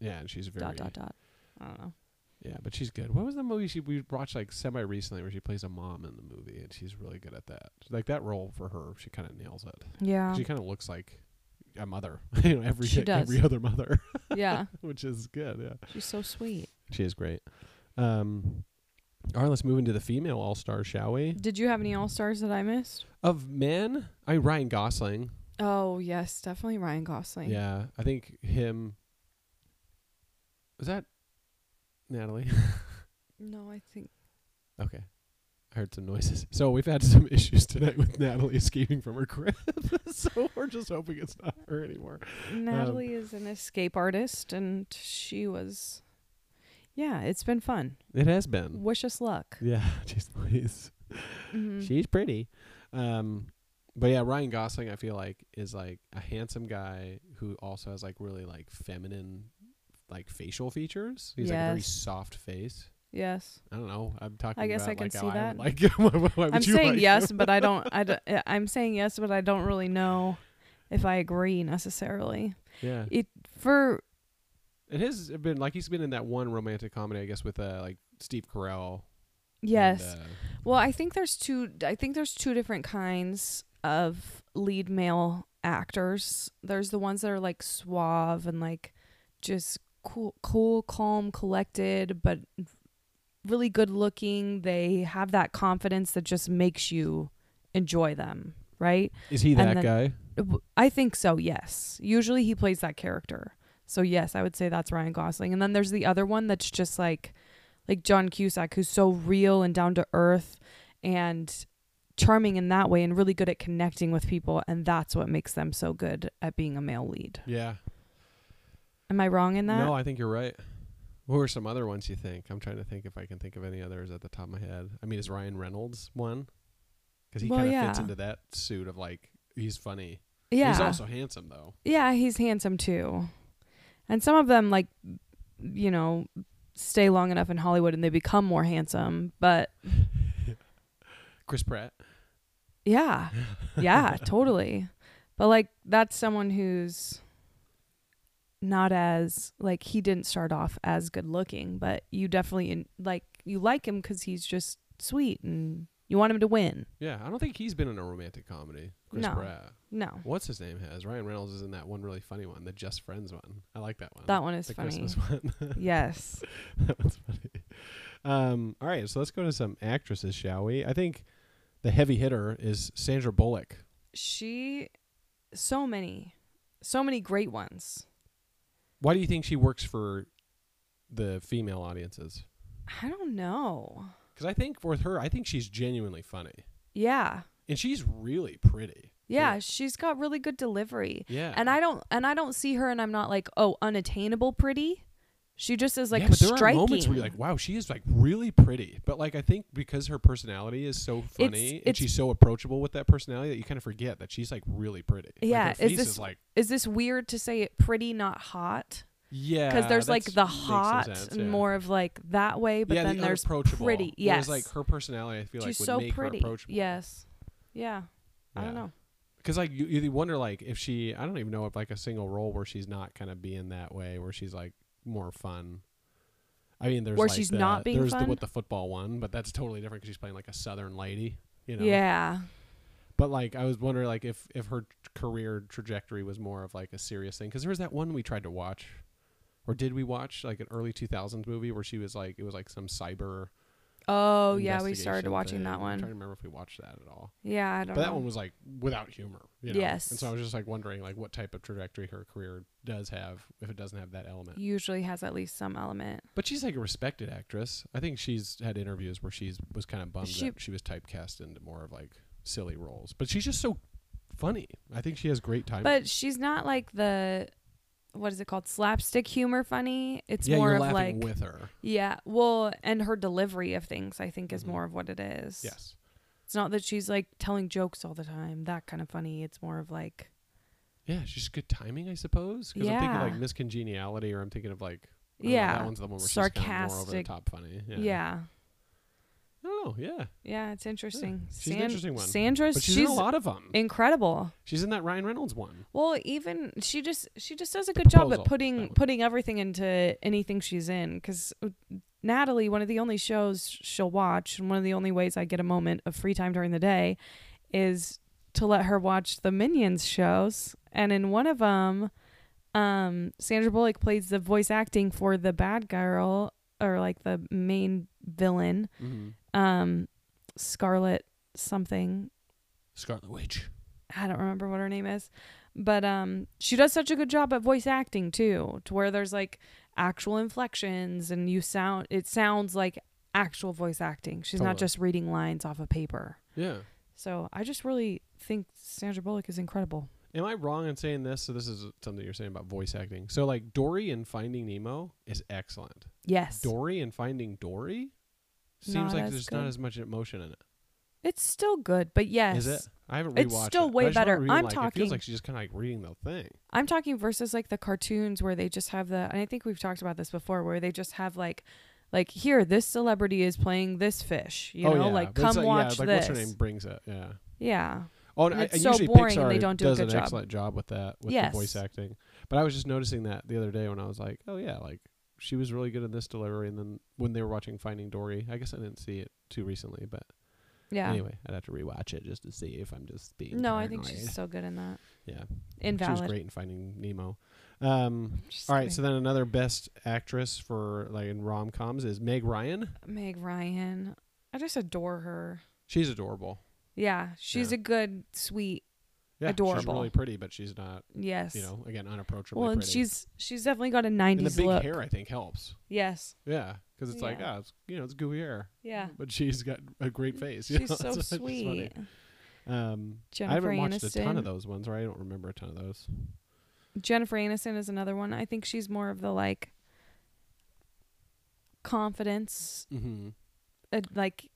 B: yeah, and she's very
A: Dot dot dot. I don't know.
B: Yeah, but she's good. What was the movie she we watched like semi recently where she plays a mom in the movie and she's really good at that. Like that role for her, she kind of nails it.
A: Yeah.
B: She kind of looks like a mother, you know, every
A: Um. She does.
B: every other mother,
A: yeah.
B: which is good. Yeah,
A: She's so sweet.
B: she is great. Um, all right, let's move into the female all star, shall we?
A: Did you have any all stars that I missed?
B: Of men, I Ryan Gosling.
A: Oh yes, definitely Ryan Gosling.
B: Yeah, I think him. Was that Natalie?
A: No, I think
B: Okay. I heard some noises. So we've had some issues tonight with Natalie escaping from her crib. so we're just hoping it's not her anymore.
A: Natalie is an escape artist, and she was. Yeah, it's been fun.
B: It has been.
A: Wish us luck.
B: Yeah, jeez please.
A: Mhm.
B: She's pretty. Um but yeah, Ryan Gosling I feel like is like a handsome guy who also has like really like feminine like facial features. He's like a very
A: Yes.
B: soft face.
A: yes,
B: I don't know. I'm talking
A: I guess
B: about
A: I can
B: like
A: see
B: how I
A: that.
B: would like him. Why would
A: I'm
B: you
A: saying
B: like
A: yes,
B: him?
A: but I don't. I don't uh, I'm saying yes, but I don't really know if I agree necessarily.
B: Yeah.
A: It for
B: It has been like he's been in that one romantic comedy, I guess, with uh, like Steve Carell. and,
A: yes.
B: uh,
A: Well, I think there's two. I think there's two different kinds of lead male actors. There's the ones that are like suave and like just cool, cool, calm, collected, but really good looking. They have that confidence that just makes you enjoy them, right?
B: is he
A: and
B: that
A: then-
B: guy?
A: I think so. Yes. Usually he plays that character. So yes, I would say that's Ryan Gosling. And then there's the other one that's just like like John Cusack who's so real and down to earth and charming in that way and really good at connecting with people and that's what makes them so good at being a male lead.
B: Yeah.
A: Am I wrong in that?
B: No, I think you're right. What were some other ones you think? I'm trying to think if I can think of any others at the top of my head. I mean, is Ryan Reynolds one? Because he
A: Well,
B: kind of fits
A: yeah.
B: into that suit of like he's funny.
A: yeah.
B: He's also handsome though.
A: Yeah, he's handsome too. And some of them like you know, stay long enough in Hollywood and they become more handsome, but
B: Chris Pratt.
A: Yeah. Yeah, totally. But like that's someone who's not as like he didn't start off as good looking, but you definitely in, like you like him cuz he's just sweet and you want him to win.
B: Yeah, I don't think he's been in a romantic comedy. Chris
A: No.
B: Pratt.
A: No.
B: What's his name has? Ryan Reynolds is in that one really funny one, the Just Friends one. I like that one.
A: That one is
B: the
A: funny.
B: Christmas one.
A: Yes.
B: that one's funny. Um, all right, so let's go to some actresses, shall we? I think the heavy hitter is Sandra Bullock.
A: She so many so many great ones.
B: Why do you think she works for the female audiences?
A: I don't know.
B: Because I think with her, I think she's genuinely funny,
A: Yeah.
B: and she's really pretty.
A: Yeah, she's got really good delivery.
B: Yeah,
A: and I don't and I don't see her, and I'm not like, oh, unattainable pretty. She just is like
B: yeah, but there
A: striking.
B: are moments where you're like, wow, she is like really pretty. But like, I think because her personality is so funny and
A: it's-
B: she's so approachable with that personality that you kind of forget that she's like really pretty.
A: Yeah,
B: like,
A: is
B: her face
A: this-
B: is like
A: is this weird to say it pretty, not hot?
B: yeah,
A: Because there's like
B: that's-
A: the
B: makes some
A: hot
B: sense,
A: and
B: yeah.
A: more of like that way, but
B: yeah,
A: then
B: the
A: there's
B: unapproachable.
A: pretty.
B: Whereas,
A: Yes,
B: like her personality, I feel
A: she's
B: like would
A: so
B: make
A: pretty.
B: her approachable.
A: Yes, yeah. I don't know.
B: Because like you, you wonder like if she, I don't even know if like a single role where she's not kind of being that way, where she's like more fun. I mean, there's
A: Where
B: like
A: she's
B: the-
A: not being
B: there's the
A: fun?
B: what the football one, but that's totally different because she's playing like a southern lady. You know.
A: Yeah,
B: But like, I was wondering like if if her career trajectory was more of like a serious thing because there was that one we tried to watch, or did we watch like an early two thousands movie where she was like it was like some cyber.
A: oh yeah, we started
B: investigation
A: watching
B: thing.
A: that
B: I'm trying
A: one.
B: to remember if we watched that at all.
A: Yeah, I don't.
B: But that
A: know.
B: one was like without humor. You know?
A: Yes.
B: And so I was just like wondering like what type of trajectory her career does have if it doesn't have that element.
A: usually has at least some element.
B: But she's like a respected actress. I think she's had interviews where she's was kind of bummed
A: She-
B: that she was typecast into more of like silly roles. But she's just so funny. I think she has great time.
A: But she's not like the what is it called slapstick humor funny. It's
B: yeah,
A: more
B: you're
A: of like
B: laughing with her.
A: yeah, well, and her delivery of things I think is
B: Mhm.
A: more of what it is.
B: Yes.
A: It's not that she's like telling jokes all the time, that kind of funny. It's more of like
B: Yeah, she's good timing, I suppose. Because I'm thinking
A: Yeah.
B: like Miss Congeniality, or I'm thinking of like I don't know,
A: yeah.
B: that one's the one where she's kind of more over the
A: Sarcastic.
B: top funny.
A: yeah.
B: I don't Oh yeah,
A: Yeah, it's interesting.
B: She's an interesting one.
A: Sandra's
B: but she's,
A: she's,
B: in a lot of them.
A: incredible.
B: She's in that Ryan Reynolds one.
A: Well, even she just she just does a
B: The
A: good job
B: Proposal,
A: at
B: that
A: putting
B: one.
A: putting everything into anything she's in because Natalie, one of the only shows she'll watch, and one of the only ways I get a moment of free time during the day is to let her watch the Minions shows. And in one of them, um, Sandra Bullock plays the voice acting for the bad girl or like the main villain,
B: Mm-hmm.
A: um, Scarlet something.
B: Scarlet Witch.
A: I don't remember what her name is, but um, she does such a good job at voice acting too, to where there's like actual inflections and you sound it sounds like actual voice acting. She's not
B: Totally.
A: just reading lines off of paper.
B: Yeah.
A: So I just really think Sandra Bullock is incredible.
B: Am I wrong in saying this? So this is something you're saying about voice acting. So like Dory in Finding Nemo is excellent.
A: Yes,
B: Dory in Finding Dory
A: Not
B: seems like
A: as
B: there's
A: good.
B: not as much emotion in it.
A: it's still good, but yes,
B: Is it? I haven't rewatched.
A: It's still
B: it,
A: way
B: but I just
A: better.
B: remember being
A: I'm
B: like, It
A: talking-
B: feels like she's just kind of like reading the thing.
A: I'm talking versus like the cartoons where they just have the and I think we've talked about this before where they just have like like here this celebrity is playing this fish, you
B: oh,
A: know,
B: yeah.
A: like
B: but it's
A: come
B: like,
A: watch
B: yeah, like,
A: this.
B: What's her name? Brings it. Yeah.
A: Yeah.
B: Oh, and,
A: And
B: I,
A: it's
B: and
A: so
B: usually
A: boring
B: Pixar
A: and they don't do a
B: does
A: good
B: an
A: job.
B: excellent job with that with
A: Yes.
B: the voice acting. But I was just noticing that the other day when I was like, oh yeah, like she was really good in this delivery, and then when they were watching Finding Dory, I guess I didn't see it too recently, but
A: Yeah.
B: anyway, I'd have to rewatch it just to see if I'm just being.
A: No, I think
B: paranoid.
A: she's so good in that.
B: yeah,
A: Invalid.
B: she was great in Finding Nemo. Um, all right, so then another best actress for like in rom coms is Meg Ryan.
A: Meg Ryan, I just adore her.
B: She's adorable.
A: Yeah, she's
B: Yeah.
A: a good, sweet.
B: Yeah, She's
A: Adorable.
B: really pretty, but she's not.
A: Yes.
B: You know, again, unapproachable.
A: well, and she's she's definitely got a '90s
B: and the big
A: look.
B: hair I think helps.
A: Yes.
B: Yeah, because it's like
A: Yeah.
B: ah, it's, you know, it's gooey hair,
A: Yeah.
B: but she's got a great face. you
A: She's
B: know,
A: so
B: it's funny.
A: sweet.
B: Um, I
A: Jennifer
B: haven't watched a ton
A: Aniston.
B: of those ones, or I don't remember a ton of those.
A: Jennifer Aniston is another one. I think she's more of the like confidence,
B: Mm-hmm.
A: uh, like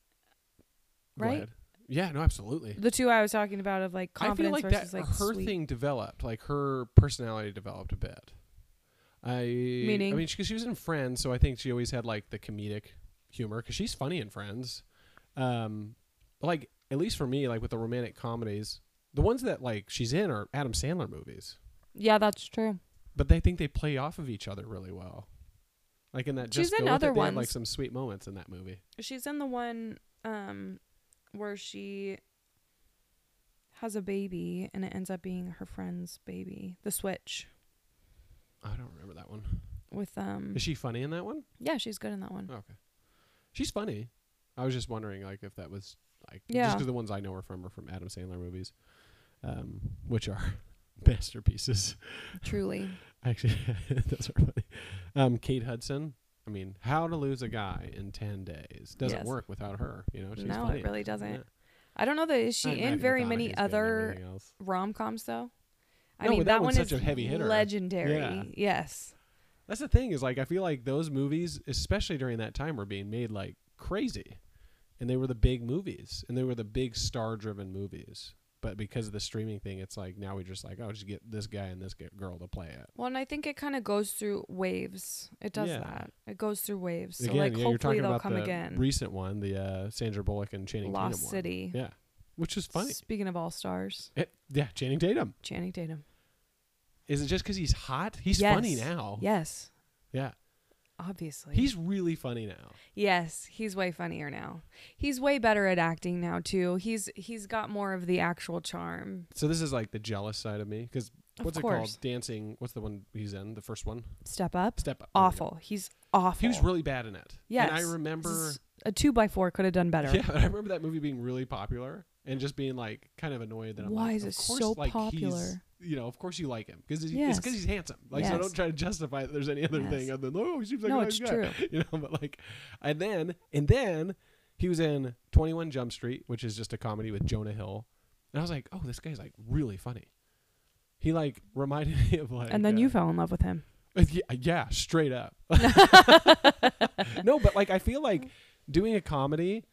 A: Right?
B: Yeah. No. Absolutely.
A: the two I was talking about of like
B: I feel
A: confidence
B: like
A: versus
B: that
A: like
B: her
A: sweet.
B: thing developed, like her personality developed a bit. I
A: Meaning?
B: I mean, because she, was in Friends, so I think she always had like the comedic humor because she's funny in Friends. Um, but, like at least for me, like with the romantic comedies, the ones that like she's in are Adam Sandler movies,
A: Yeah, that's true.
B: but they think they play off of each other really well. Like in that,
A: She's
B: just Go
A: in
B: With
A: other
B: it, they had, like
A: ones.
B: some sweet moments in that movie.
A: She's in the one um where she has a baby and it ends up being her friend's baby. The switch
B: I don't remember that one.
A: with um
B: Is she funny in that one?
A: Yeah, she's good in that one.
B: Hmm. Oh, Okay. She's funny. I was just wondering, like, if that was like just 'cause
A: Yeah.
B: the ones I know are from are from Adam Sandler movies, um, which are masterpieces.
A: Truly.
B: Actually, those are funny. Um, Kate Hudson. I mean, How to Lose a Guy in Ten Days doesn't
A: Yes.
B: work without her. You know, she's
A: No, it
B: funny.
A: really doesn't.
B: Yeah.
A: I don't know that is
B: I
A: she
B: mean,
A: in
B: Matthew
A: very many
B: McConaughey's good in
A: other
B: everything else.
A: rom coms though. I
B: No,
A: mean
B: but that
A: one
B: one's such
A: is
B: a heavy hitter.
A: legendary.
B: Yeah.
A: Yes.
B: That's the thing is like I feel like those movies, especially during that time, were being made like crazy, and they were the big movies, and they were the big star-driven movies. But because of the streaming thing, it's like now we're just like, oh, just get this guy and this g- girl to play it.
A: Well, and I think it kind of goes through waves. It does
B: Yeah.
A: that. It goes through waves. So
B: again,
A: like
B: yeah, you're
A: hopefully
B: talking
A: they'll
B: about
A: come
B: the
A: again.
B: recent one, the uh, Sandra Bullock and Channing
A: Lost
B: Tatum
A: City.
B: one. Yeah, which is funny.
A: Speaking of all stars,
B: It- yeah, Channing Tatum.
A: Channing Tatum.
B: Is it just because he's hot? He's funny
A: Yes.
B: now.
A: Yes,
B: yeah,
A: obviously.
B: he's really funny now.
A: yes, he's way funnier now. He's way better at acting now too. He's he's got more of the actual charm.
B: So this is like the jealous side of me because
A: Of
B: what's it
A: course.
B: called? Dancing. What's the one he's in? The first one.
A: Step up.
B: Step up. There we go.
A: Awful. He's awful.
B: He was really bad in it.
A: Yes.
B: And I remember
A: S- a two by four could have done better.
B: Yeah, I remember that movie being really popular and just being like kind of annoyed that I'm
A: Why
B: like,
A: is
B: of
A: it
B: course,
A: so
B: like, He's,
A: popular?
B: you know, of course you like him because it's
A: Yes.
B: because he's handsome. Like so,
A: Yes.
B: don't try to justify that there's any other
A: Yes.
B: thing other than oh, he seems like
A: No,
B: a nice
A: it's
B: guy. You know, but like, and then and then he was in Twenty One Jump Street, which is just a comedy with Jonah Hill, and I was like, oh, this guy's like really funny. He like reminded me of like,
A: And then
B: uh,
A: you fell in love with him.
B: uh, Yeah, yeah, straight up. no, but like I feel like doing a comedy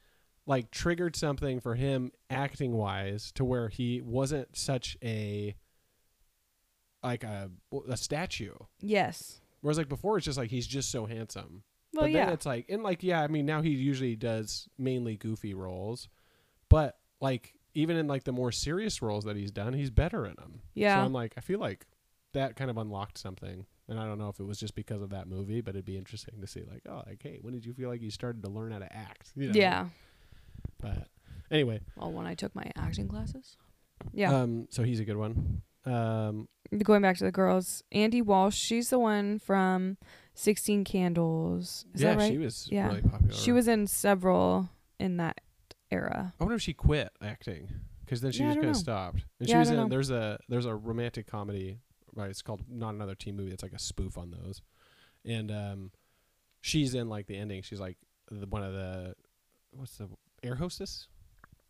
B: like triggered something for him acting wise to where he wasn't such a like a a statue.
A: Yes.
B: Whereas like before it's just like he's just so handsome
A: Well,
B: but
A: yeah.
B: then it's like, and like, yeah, I mean, now he usually does mainly goofy roles, but like, even in like the more serious roles that he's done, he's better in them.
A: Yeah.
B: So I'm like, I feel like that kind of unlocked something, and I don't know if it was just because of that movie, but it'd be interesting to see, like, oh, like, hey, when did you feel like you started to learn how to act? You know?
A: yeah.
B: But anyway,
A: Well, when I took my acting classes. Yeah.
B: Um, so he's a good one. Um,
A: Going back to the girls, Andy Walsh, she's the one from 16 Candles. Is
B: yeah,
A: that right?
B: she was
A: Yeah.
B: really popular.
A: She was in several in that era.
B: I wonder if she quit acting because then she
A: Yeah, I
B: just
A: don't
B: kind of
A: know.
B: stopped. And
A: Yeah, I
B: she was
A: don't
B: in
A: know.
B: there's a there's a romantic comedy, right? It's called Not Another Teen Movie. It's like a spoof on those, and um, she's in like the ending. She's like the, one of the what's the air hostess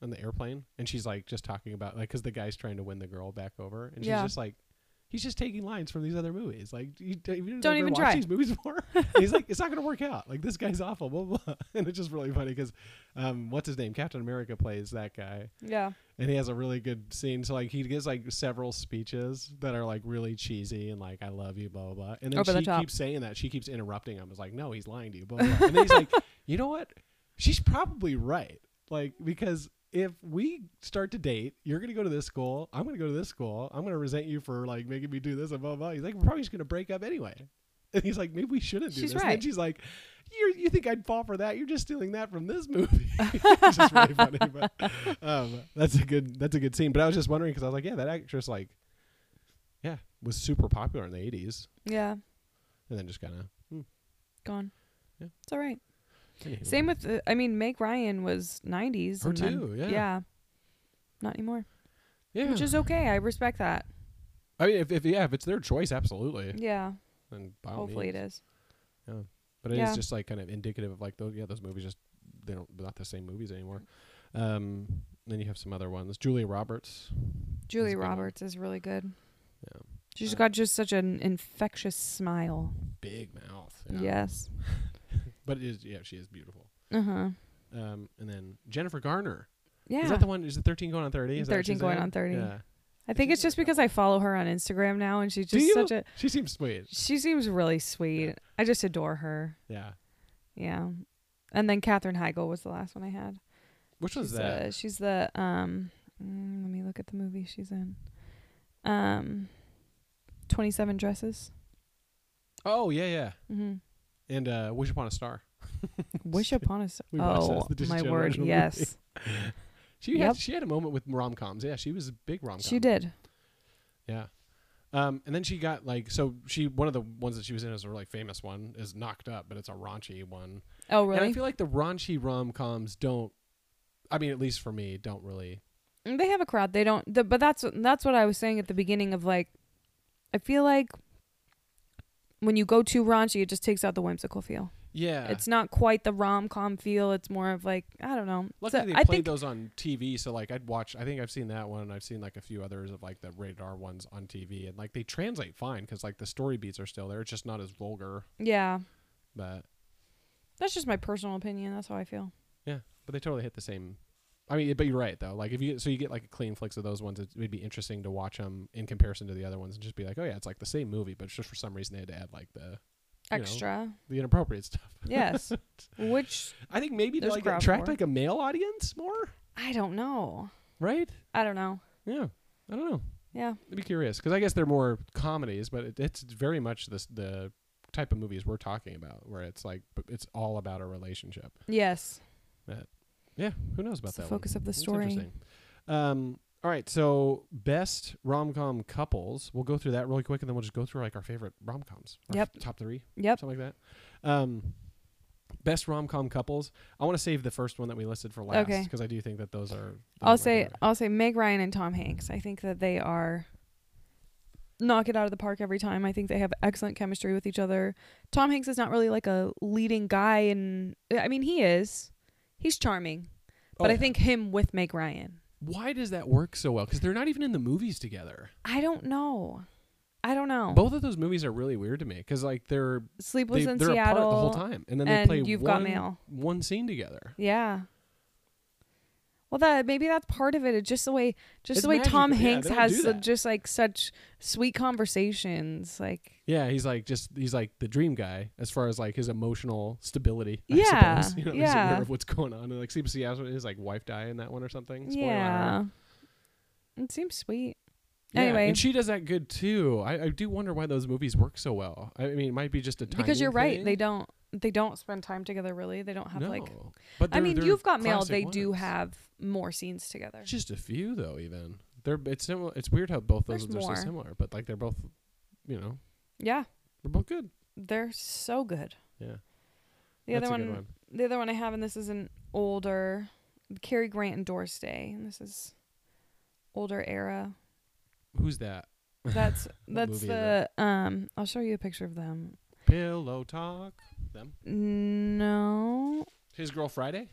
B: on the airplane, and she's like just talking about like because the guy's trying to win the girl back over, and she's
A: Yeah.
B: just like. He's just taking lines from these other movies. Like, you, you
A: Don't even
B: watch
A: try.
B: these movies before. And he's like, it's not going to work out. Like, this guy's awful. Blah blah. blah. And it's just really funny because, um, what's his name? Captain America plays that guy,
A: Yeah.
B: and he has a really good scene. So like he gives like several speeches that are like really cheesy and like I love you, blah blah blah. And then
A: Over the
B: she
A: top.
B: keeps saying that. She keeps interrupting him. It's like, no, he's lying to you, blah blah. blah. and then he's like, you know what? She's probably right. Like because if we start to date, you're gonna go to this school. I'm gonna go to this school. I'm gonna resent you for like making me do this and blah blah. blah. He's like, we're probably just gonna break up anyway. And he's like, maybe we shouldn't do
A: She's
B: this. And then
A: right.
B: she's like, you you think I'd fall for that? You're just stealing that from this movie. it's just really funny. But, um, that's a good that's a good scene. But I was just wondering because I was like, yeah, that actress like, yeah, was super popular in the '80s,
A: Yeah.
B: and then just kind of
A: Gone.
B: Yeah.
A: It's all right. Same with, uh, I mean, Meg Ryan was 90s.
B: Her
A: and then-
B: too, yeah.
A: Not anymore.
B: Yeah,
A: Which is okay. I respect that.
B: I mean, if, if yeah, if it's their choice, absolutely.
A: Yeah.
B: Then by all
A: Hopefully it
B: means.
A: is.
B: But it is
A: Yeah.
B: just like kind of indicative of like those yeah those movies just they don't they're not the same movies anymore. Um, then you have some other ones. Julia Roberts.
A: Julie
B: a good one.
A: Roberts is really good.
B: Yeah.
A: She's
B: Uh,
A: got just such an infectious smile.
B: Big mouth.
A: Yes.
B: But it is yeah, she is beautiful.
A: Uh huh.
B: Um, and then Jennifer Garner.
A: Yeah.
B: Is that the one? Is it 13 going on 30? Is that what
A: 13
B: she's
A: going
B: in?
A: on 30.
B: Yeah.
A: I think it's
B: she's
A: just because I follow her on Instagram now and she's
B: Do
A: just
B: you?
A: such a.
B: She seems sweet.
A: She seems really sweet. I just adore her.
B: Yeah.
A: Yeah. And then Katherine Heigl was the last one I had.
B: Which one's
A: she's uh,
B: that?
A: The, she's the um. mm, let me look at the movie she's in. Um, twenty seven dresses.
B: oh yeah, yeah.
A: Mm-hmm.
B: And uh, Wish Upon a Star.
A: Wish upon a Star.
B: We watched that
A: Oh
B: as the
A: my
B: Disney
A: word!
B: Channel original
A: Yes,
B: She
A: Yep.
B: had she had a moment with rom coms. Yeah, she was a big rom com.
A: she did.
B: Yeah. Um, and then she got like so she one of the ones that she was in is a really famous one is Knocked Up, but it's a raunchy one.
A: Oh
B: And I
A: really?
B: feel like the raunchy rom coms don't. I mean, at least for me, don't really.
A: Mm, They have a crowd. They don't. The, but that's that's what I was saying at the beginning of like, I feel like when you go too raunchy, it just takes out the whimsical feel.
B: Yeah.
A: It's not quite the rom com feel. It's more of like I don't know.
B: Luckily,
A: So
B: they
A: I
B: played
A: think
B: those on TV, so like I'd watch. I think I've seen that one. and I've seen like a few others of like the rated R ones on TV, and like they translate fine because like the story beats are still there. It's just not as vulgar,
A: yeah,
B: but
A: that's just my personal opinion. That's how I feel.
B: yeah, but they totally hit the same. I mean, but you're right though. Like if you so you get like a clean flicks of those ones, it would be interesting to watch them in comparison to the other ones and just be like, oh yeah, it's like the same movie, but it's just for some reason they had to add like the You know.
A: Extra.
B: the inappropriate stuff.
A: Yes. Which
B: I think maybe to
A: There's a
B: like
A: crowd
B: attract
A: for.
B: like a male audience more,
A: I don't know.
B: right?
A: I don't know.
B: Yeah, I don't know.
A: Yeah.
B: I'd be curious because I guess they're more comedies, but it, it's very much this the type of movies we're talking about, where it's like b- it's all about a relationship.
A: Yes.
B: Yeah, who knows about
A: It's the
B: that?
A: focus
B: one?
A: of the
B: That's
A: story.
B: interesting. Um, all right, so best rom com couples. We'll go through that really quick, and then we'll just go through like our favorite rom coms.
A: Yep.
B: top three,
A: Yep.
B: something like that. Um, best rom com couples. I want to save the first one that we listed for last
A: Okay.
B: because I do think that those are.
A: I'll
B: those are my
A: say
B: favorite.
A: I'll say Meg Ryan and Tom Hanks. I think that they are knock it out of the park every time. I think they have excellent chemistry with each other. Tom Hanks is not really like a leading guy and I mean he is. He's charming.
B: Oh,
A: But I
B: yeah.
A: think him with Meg Ryan.
B: why does that work so well? Because they're not even in the movies together.
A: I don't know. I don't know.
B: Both of those movies are really weird to me because like they're
A: Sleepless
B: they,
A: in
B: they're apart
A: Seattle.
B: the whole time, and then they
A: and
B: play
A: You've Got
B: one,
A: Mail.
B: one scene together.
A: Yeah. Well, that maybe that's part of it. It's just the way, just
D: It's
A: the way Tom
D: magical. Yeah,
A: Hanks
D: they don't do
A: has the,
D: that.
A: just like such sweet conversations. Like,
B: Yeah, he's like just he's like the dream guy as far as like his emotional stability. I
A: Yeah,
B: suppose. You know, he's
A: yeah.
B: aware of what's going on. And like CBC has his like wife die in that one or something. Spoiler alert.
A: yeah, it seems sweet.
B: Yeah,
A: Anyway.
B: and she does that good too. I, I do wonder why those movies work so well. I mean, it might be just a timing
A: because you're right.
B: thing.
A: They don't. They don't spend time together. Really, they don't have
B: no.
A: like.
B: But
A: I
B: they're-
A: mean,
B: they're
A: you've got mail.
B: classic
A: They do
B: ones.
A: have more scenes together.
B: just a few though. Even they're it's similar. It's weird how both those
A: There's
B: are so
A: more.
B: similar, but like they're both, you know,
A: Yeah,
B: they're both good.
A: they're so good.
B: Yeah,
A: The
B: That's
A: other
B: a
A: one,
B: good one.
A: the other one I have, and this is an older Cary Grant and Doris Day, and this is older era.
B: Who's that?
A: That's that's
B: movie is
A: the um. I'll show you a picture of them.
B: Pillow talk. Them.
A: No.
B: His girl Friday.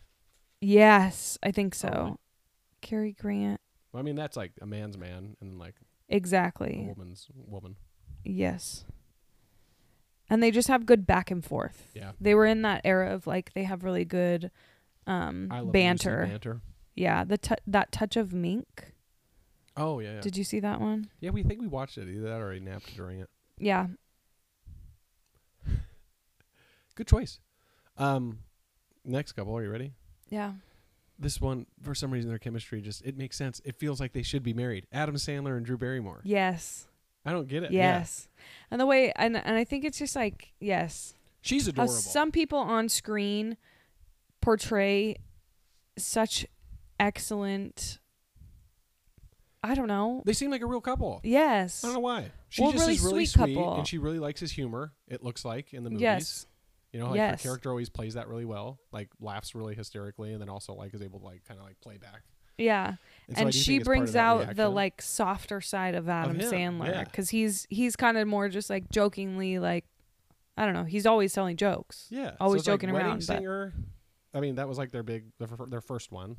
A: Yes, I think so.
B: really?
A: Cary Grant.
B: Well, I mean, that's like a man's man and like a
A: Exactly.
B: woman's woman.
A: Yes. And they just have good back and forth.
B: Yeah.
A: They were in that era of like they have really good um
B: I love when you say
A: banter.
B: Banter.
A: Yeah, the t- that touch of mink.
B: Oh yeah, yeah.
A: Did you see that one?
B: yeah, we think we watched it. Either that or he napped during it.
A: Yeah.
B: Good choice. Um, next couple. Are you ready?
A: Yeah.
B: This one, for some reason, their chemistry just it makes sense. It feels like they should be married. Adam Sandler and Drew Barrymore.
A: Yes.
B: I don't get it. Yeah.
A: Yes. And the way and and I think it's just like yes.
B: She's
A: How
B: adorable.
A: Oh, some people on screen portray such excellent I don't know.
B: they seem like a real couple.
A: Yes.
B: I don't know why. She
A: Well,
B: just
A: really
B: is really
A: sweet
B: sweet,
A: couple.
B: and she really likes his humor. It looks like in the movies.
A: Yes.
B: You know, like
A: Yes.
B: her character always plays that really well. Like laughs really hysterically, and then also like is able to like kind of like play back.
A: Yeah.
B: so I
A: And,
B: do think
A: she
B: it's part of
A: brings
B: that
A: out the
B: reaction.
A: like softer side of Adam
B: him, yeah.
A: Sandler because he's he's kind of more just like jokingly like I don't know. He's always telling jokes.
B: Yeah,
A: always
B: it's like
A: joking
B: Wedding
A: around, but-
B: Singer. I mean, that was like their big, their, fir- their first one,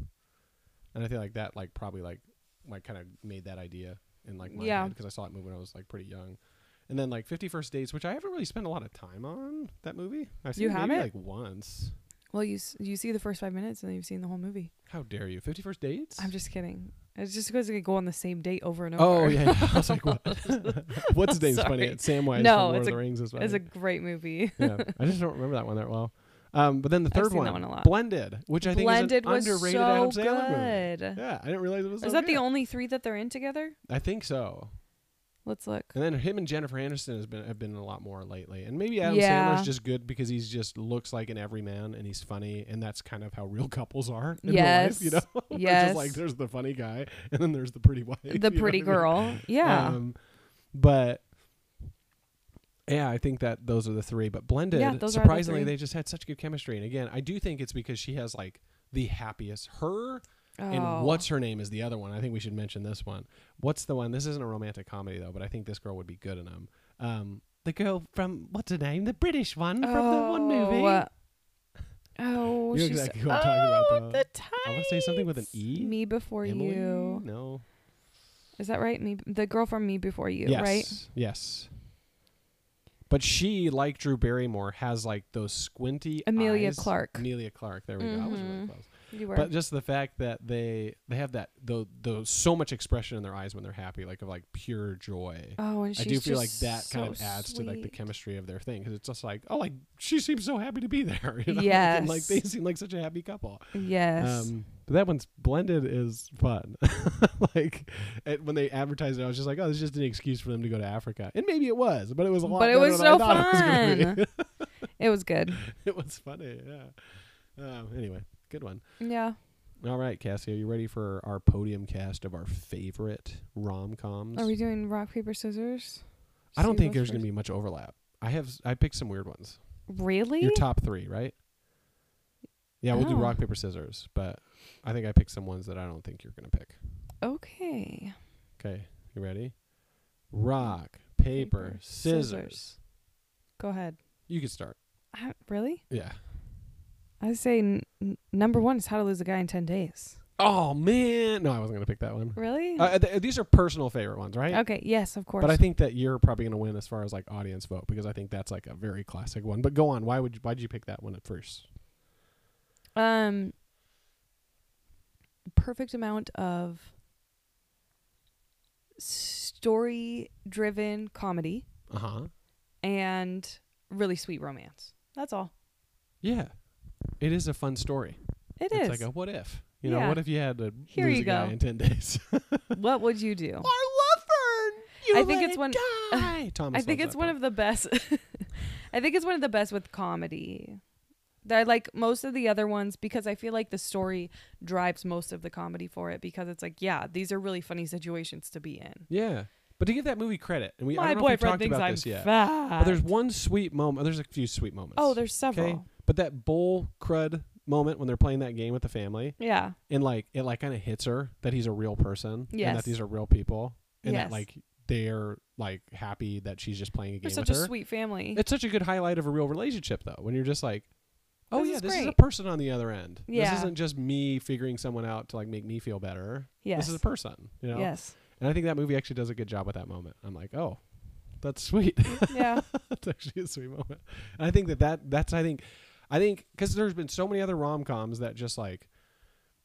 B: and I think like that, like probably like, like kind of made that idea in like my
A: Yeah.
B: because I saw it movie when I was like pretty young, and then like Fifty First Dates, which I haven't really spent a lot of time on that movie. I've seen
A: You
B: it maybe
A: haven't?
B: like once.
A: Well, you s- you see the first five minutes and then you've seen the whole movie.
B: How dare you? Fifty First Dates.
A: I'm just kidding. It's just because they go on the same date over and over.
B: Oh yeah, yeah. I was like, what? What's his name's funny?
A: Sorry.
B: It's Samwise
A: No,
B: from Lord
A: it's
B: of
A: a-
B: the Rings is funny.
A: It's a great movie.
B: yeah, I just don't remember that one that well. Um, but then the
A: I've
B: third
A: seen
B: one,
A: that one a lot.
B: Blended, which I think
A: Blended
B: is an
A: was
B: underrated
A: so
B: Adam Sandler movie.
A: good.
B: Yeah, I didn't realize it was.
A: Is
B: so
A: that the
B: good.
A: only three that they're in together?
B: I think so.
A: Let's look.
B: And then him and Jennifer Anderson has been have been in a lot more lately. And maybe Adam
A: Yeah.
B: Sandler's just good because he's just looks like an everyman and he's funny, and that's kind of how real couples are. In
A: Yes.
B: real life, you know. They're
A: Yes.
B: just like there's the funny guy, and then there's the pretty wife, you know
A: The
B: what I
A: pretty
B: mean?
A: girl. Yeah.
B: Um, but yeah, I think that those are the three. But blended,
A: Yeah, those are the
B: surprisingly,
A: three.
B: they just had such good chemistry. And again, I do think it's because she has like the happiest her
A: Oh.
B: and what's her name is the other one. I think we should mention this one. What's the one? This isn't a romantic comedy though, but I think this girl would be good in them. Um, the girl from what's her name? The British one from the one movie.
A: Oh, uh, Oh,
B: You know
A: she's
B: exactly who I'm talking about,
A: oh,
B: though.
A: the time.
B: I want to say something with an E.
A: Me before
B: Emily?
A: you.
B: No.
A: Is that right? Me, the girl from Me Before You,
B: yes.
A: right?
B: Yes. But she, like Drew Barrymore, has like those squinty
A: Amelia
B: eyes.
A: Clark.
B: Amelia Clark. There we go. I was really
A: Mhm.
B: close.
A: You were.
B: But just the fact that they they have that though though so much expression in their eyes when they're happy, like of like pure joy.
A: oh, and she's
B: I do feel like
A: just
B: that kind
A: so
B: of adds to like the
A: sweet.
B: chemistry of their thing because it's just like oh like she seems so happy to be there. You know? and, like
A: Yes.
B: they seem like such a happy couple.
A: Yes.
B: Um, but that one's blended is fun. like it, when they advertised it, I was just like, oh, this is just an excuse for them to go to Africa, and maybe it was, but it was a lot.
A: but it
B: better
A: was
B: than I
A: so
B: thought it was gonna be.
A: fun. it was good.
B: it was funny. Yeah. Um, anyway, good one.
A: Yeah.
B: All right, Cassie, are you ready for our podium cast of our favorite rom coms?
A: Are we doing rock paper scissors?
B: I don't
A: See
B: think
A: those
B: there's gonna be
A: first.
B: much overlap. I have s- I picked some weird ones.
A: really.
B: Your top three, right? Yeah, we'll do
A: Oh.
B: rock paper scissors, but I think I picked some ones that I don't think you're gonna pick.
A: okay.
B: Okay, you ready? Rock, paper, scissors.
A: Go ahead.
B: You could start.
A: I, really?
B: Yeah.
A: I say n- n- number one is how to lose a guy in ten days.
B: Oh man, no, I wasn't gonna pick that one.
A: Really?
B: Uh, th- these are personal favorite ones, right?
A: okay. Yes, of course.
B: But I think that you're probably gonna win as far as like audience vote because I think that's like a very classic one. But go on, why would you, why did you pick that one at first?
A: Um, perfect amount of story driven comedy
B: Uh huh.
A: and really sweet romance. That's all.
B: Yeah. It is a fun story.
A: It
B: it's
A: is.
B: like a what if. You know,
A: Yeah.
B: what if you had to
A: Here
B: lose
A: you
B: a guy
A: go.
B: in ten days?
A: what would you do?
B: Lovern, you
A: I think it's one-
B: Die. Thomas
A: I think it's one of the best. I think it's one of the best with comedy. That I like most of the other ones because I feel like the story drives most of the comedy for it because it's like, yeah, these are really funny situations to be in.
B: Yeah, but to give that movie credit, and we I
A: My
B: don't know if we
A: boyfriend
B: talked
A: thinks
B: about
A: I'm
B: this yet.
A: fat.
B: But there's one sweet moment. There's a few sweet moments.
A: oh, there's several.
B: okay. But that bull crud moment when they're playing that game with the family,
A: Yeah.
B: and like it like kind of hits her that he's a real person, and that
A: Yes.
B: these are real people, and that
A: Yes.
B: like they're like happy that she's just playing a game
A: They're such
B: with
A: a
B: her.
A: sweet family.
B: It's such a good highlight of a real relationship, though, when you're just like, oh
A: This
B: yeah,
A: is
B: this is a
A: great.
B: person on the other end.
A: Yeah.
B: This isn't just me figuring someone out to like make me feel better.
A: yes.
B: This is a person, you know.
A: Yes.
B: And I think that movie actually does a good job with that moment. I'm like, oh, that's sweet.
A: Yeah.
B: that's actually a sweet moment. And I think that, that that's I think I think because there's been so many other rom coms that just like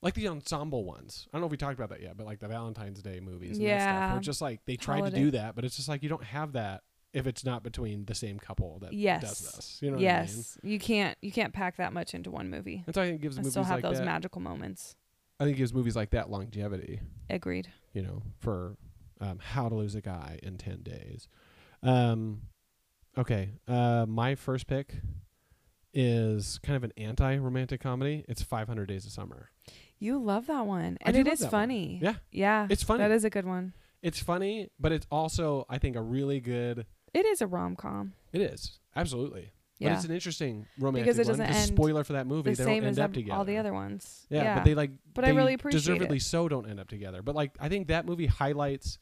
B: like the ensemble ones. I don't know if we talked about that yet, but like the Valentine's Day movies. And that stuff,
A: Yeah.
B: were just like they tried
A: Holiday.
B: to do that, but it's just like you don't have that if it's not between the same couple that does
A: Yes.
B: this. You know what I mean?
A: yes. You can't you can't pack that much into one movie.
B: And so I think it gives
A: And
B: movies
A: still have
B: like
A: those
B: that.
A: magical moments.
B: I think it gives movies like that longevity.
A: Agreed.
B: you know, for um, how to lose a guy in 10 days. Um, okay. Uh, my first pick is kind of an anti romantic comedy. It's 500 Days of Summer.
A: You love that one.
B: I
A: And
B: do
A: it
B: love
A: is
B: that one.
A: funny.
B: Yeah.
A: Yeah.
B: It's funny.
A: That is a good one.
B: It's funny, but it's also, I think, a really good.
A: It is a rom com.
B: It is. Absolutely. But
A: Yeah.
B: it's an interesting romantic
A: Because it
B: one.
A: doesn't
B: Just
A: end
B: spoiler for that movie.
A: the
B: they
A: same
B: don't
A: as
B: end up
A: ev-
B: together.
A: all the other ones.
B: Yeah, but they like.
A: But I
B: they
A: really appreciate
B: deservedly
A: it.
B: so don't end up together. But like, I think that movie highlights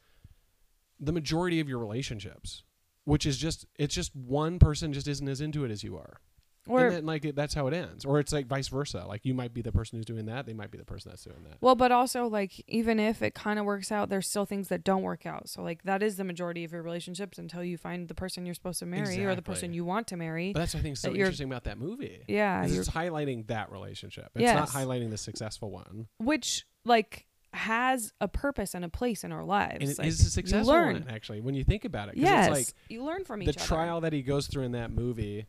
B: the majority of your relationships, which is just it's just one person just isn't as into it as you are,
A: or
B: and then like it, that's how it ends. Or it's like vice versa. Like you might be the person who's doing that, they might be the person that's doing that.
A: well, but also like even if it kind of works out, there's still things that don't work out. So like that is the majority of your relationships until you find the person you're supposed to marry or the person
B: Exactly.
A: you want to marry.
B: But that's what I think is so
A: that you're-
B: interesting about that movie.
A: yeah,
B: is
A: you're-
B: it's highlighting that relationship. It's
A: Yes.
B: not highlighting the successful one,
A: which like has a purpose and a place in our lives.
B: and it is
A: Like,
B: a successful
A: you learn.
B: one actually when you think about it. 'cause
A: Yes,
B: it's like
A: you learn from each
B: the
A: other.
B: trial that he goes through in that movie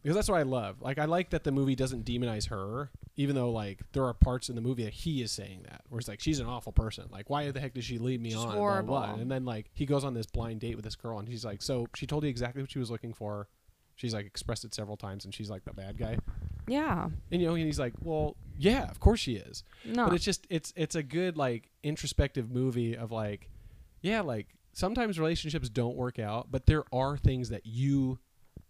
B: because that's what I love. Like I like that the movie doesn't demonize her, even though like there are parts in the movie that he is saying that, where it's like she's an awful person. Like why the heck did she lead me
A: She's
B: on? and blah, blah, blah.
A: horrible.
B: And then like he goes on this blind date with this girl, and she's like, so she told you exactly what she was looking for. She's like expressed it several times, and she's like the bad guy.
A: Yeah,
B: And you know, and he's like, well, yeah, of course she is.
A: no,
B: But it's just it's it's a good like introspective movie of like, yeah, like sometimes relationships don't work out, but there are things that you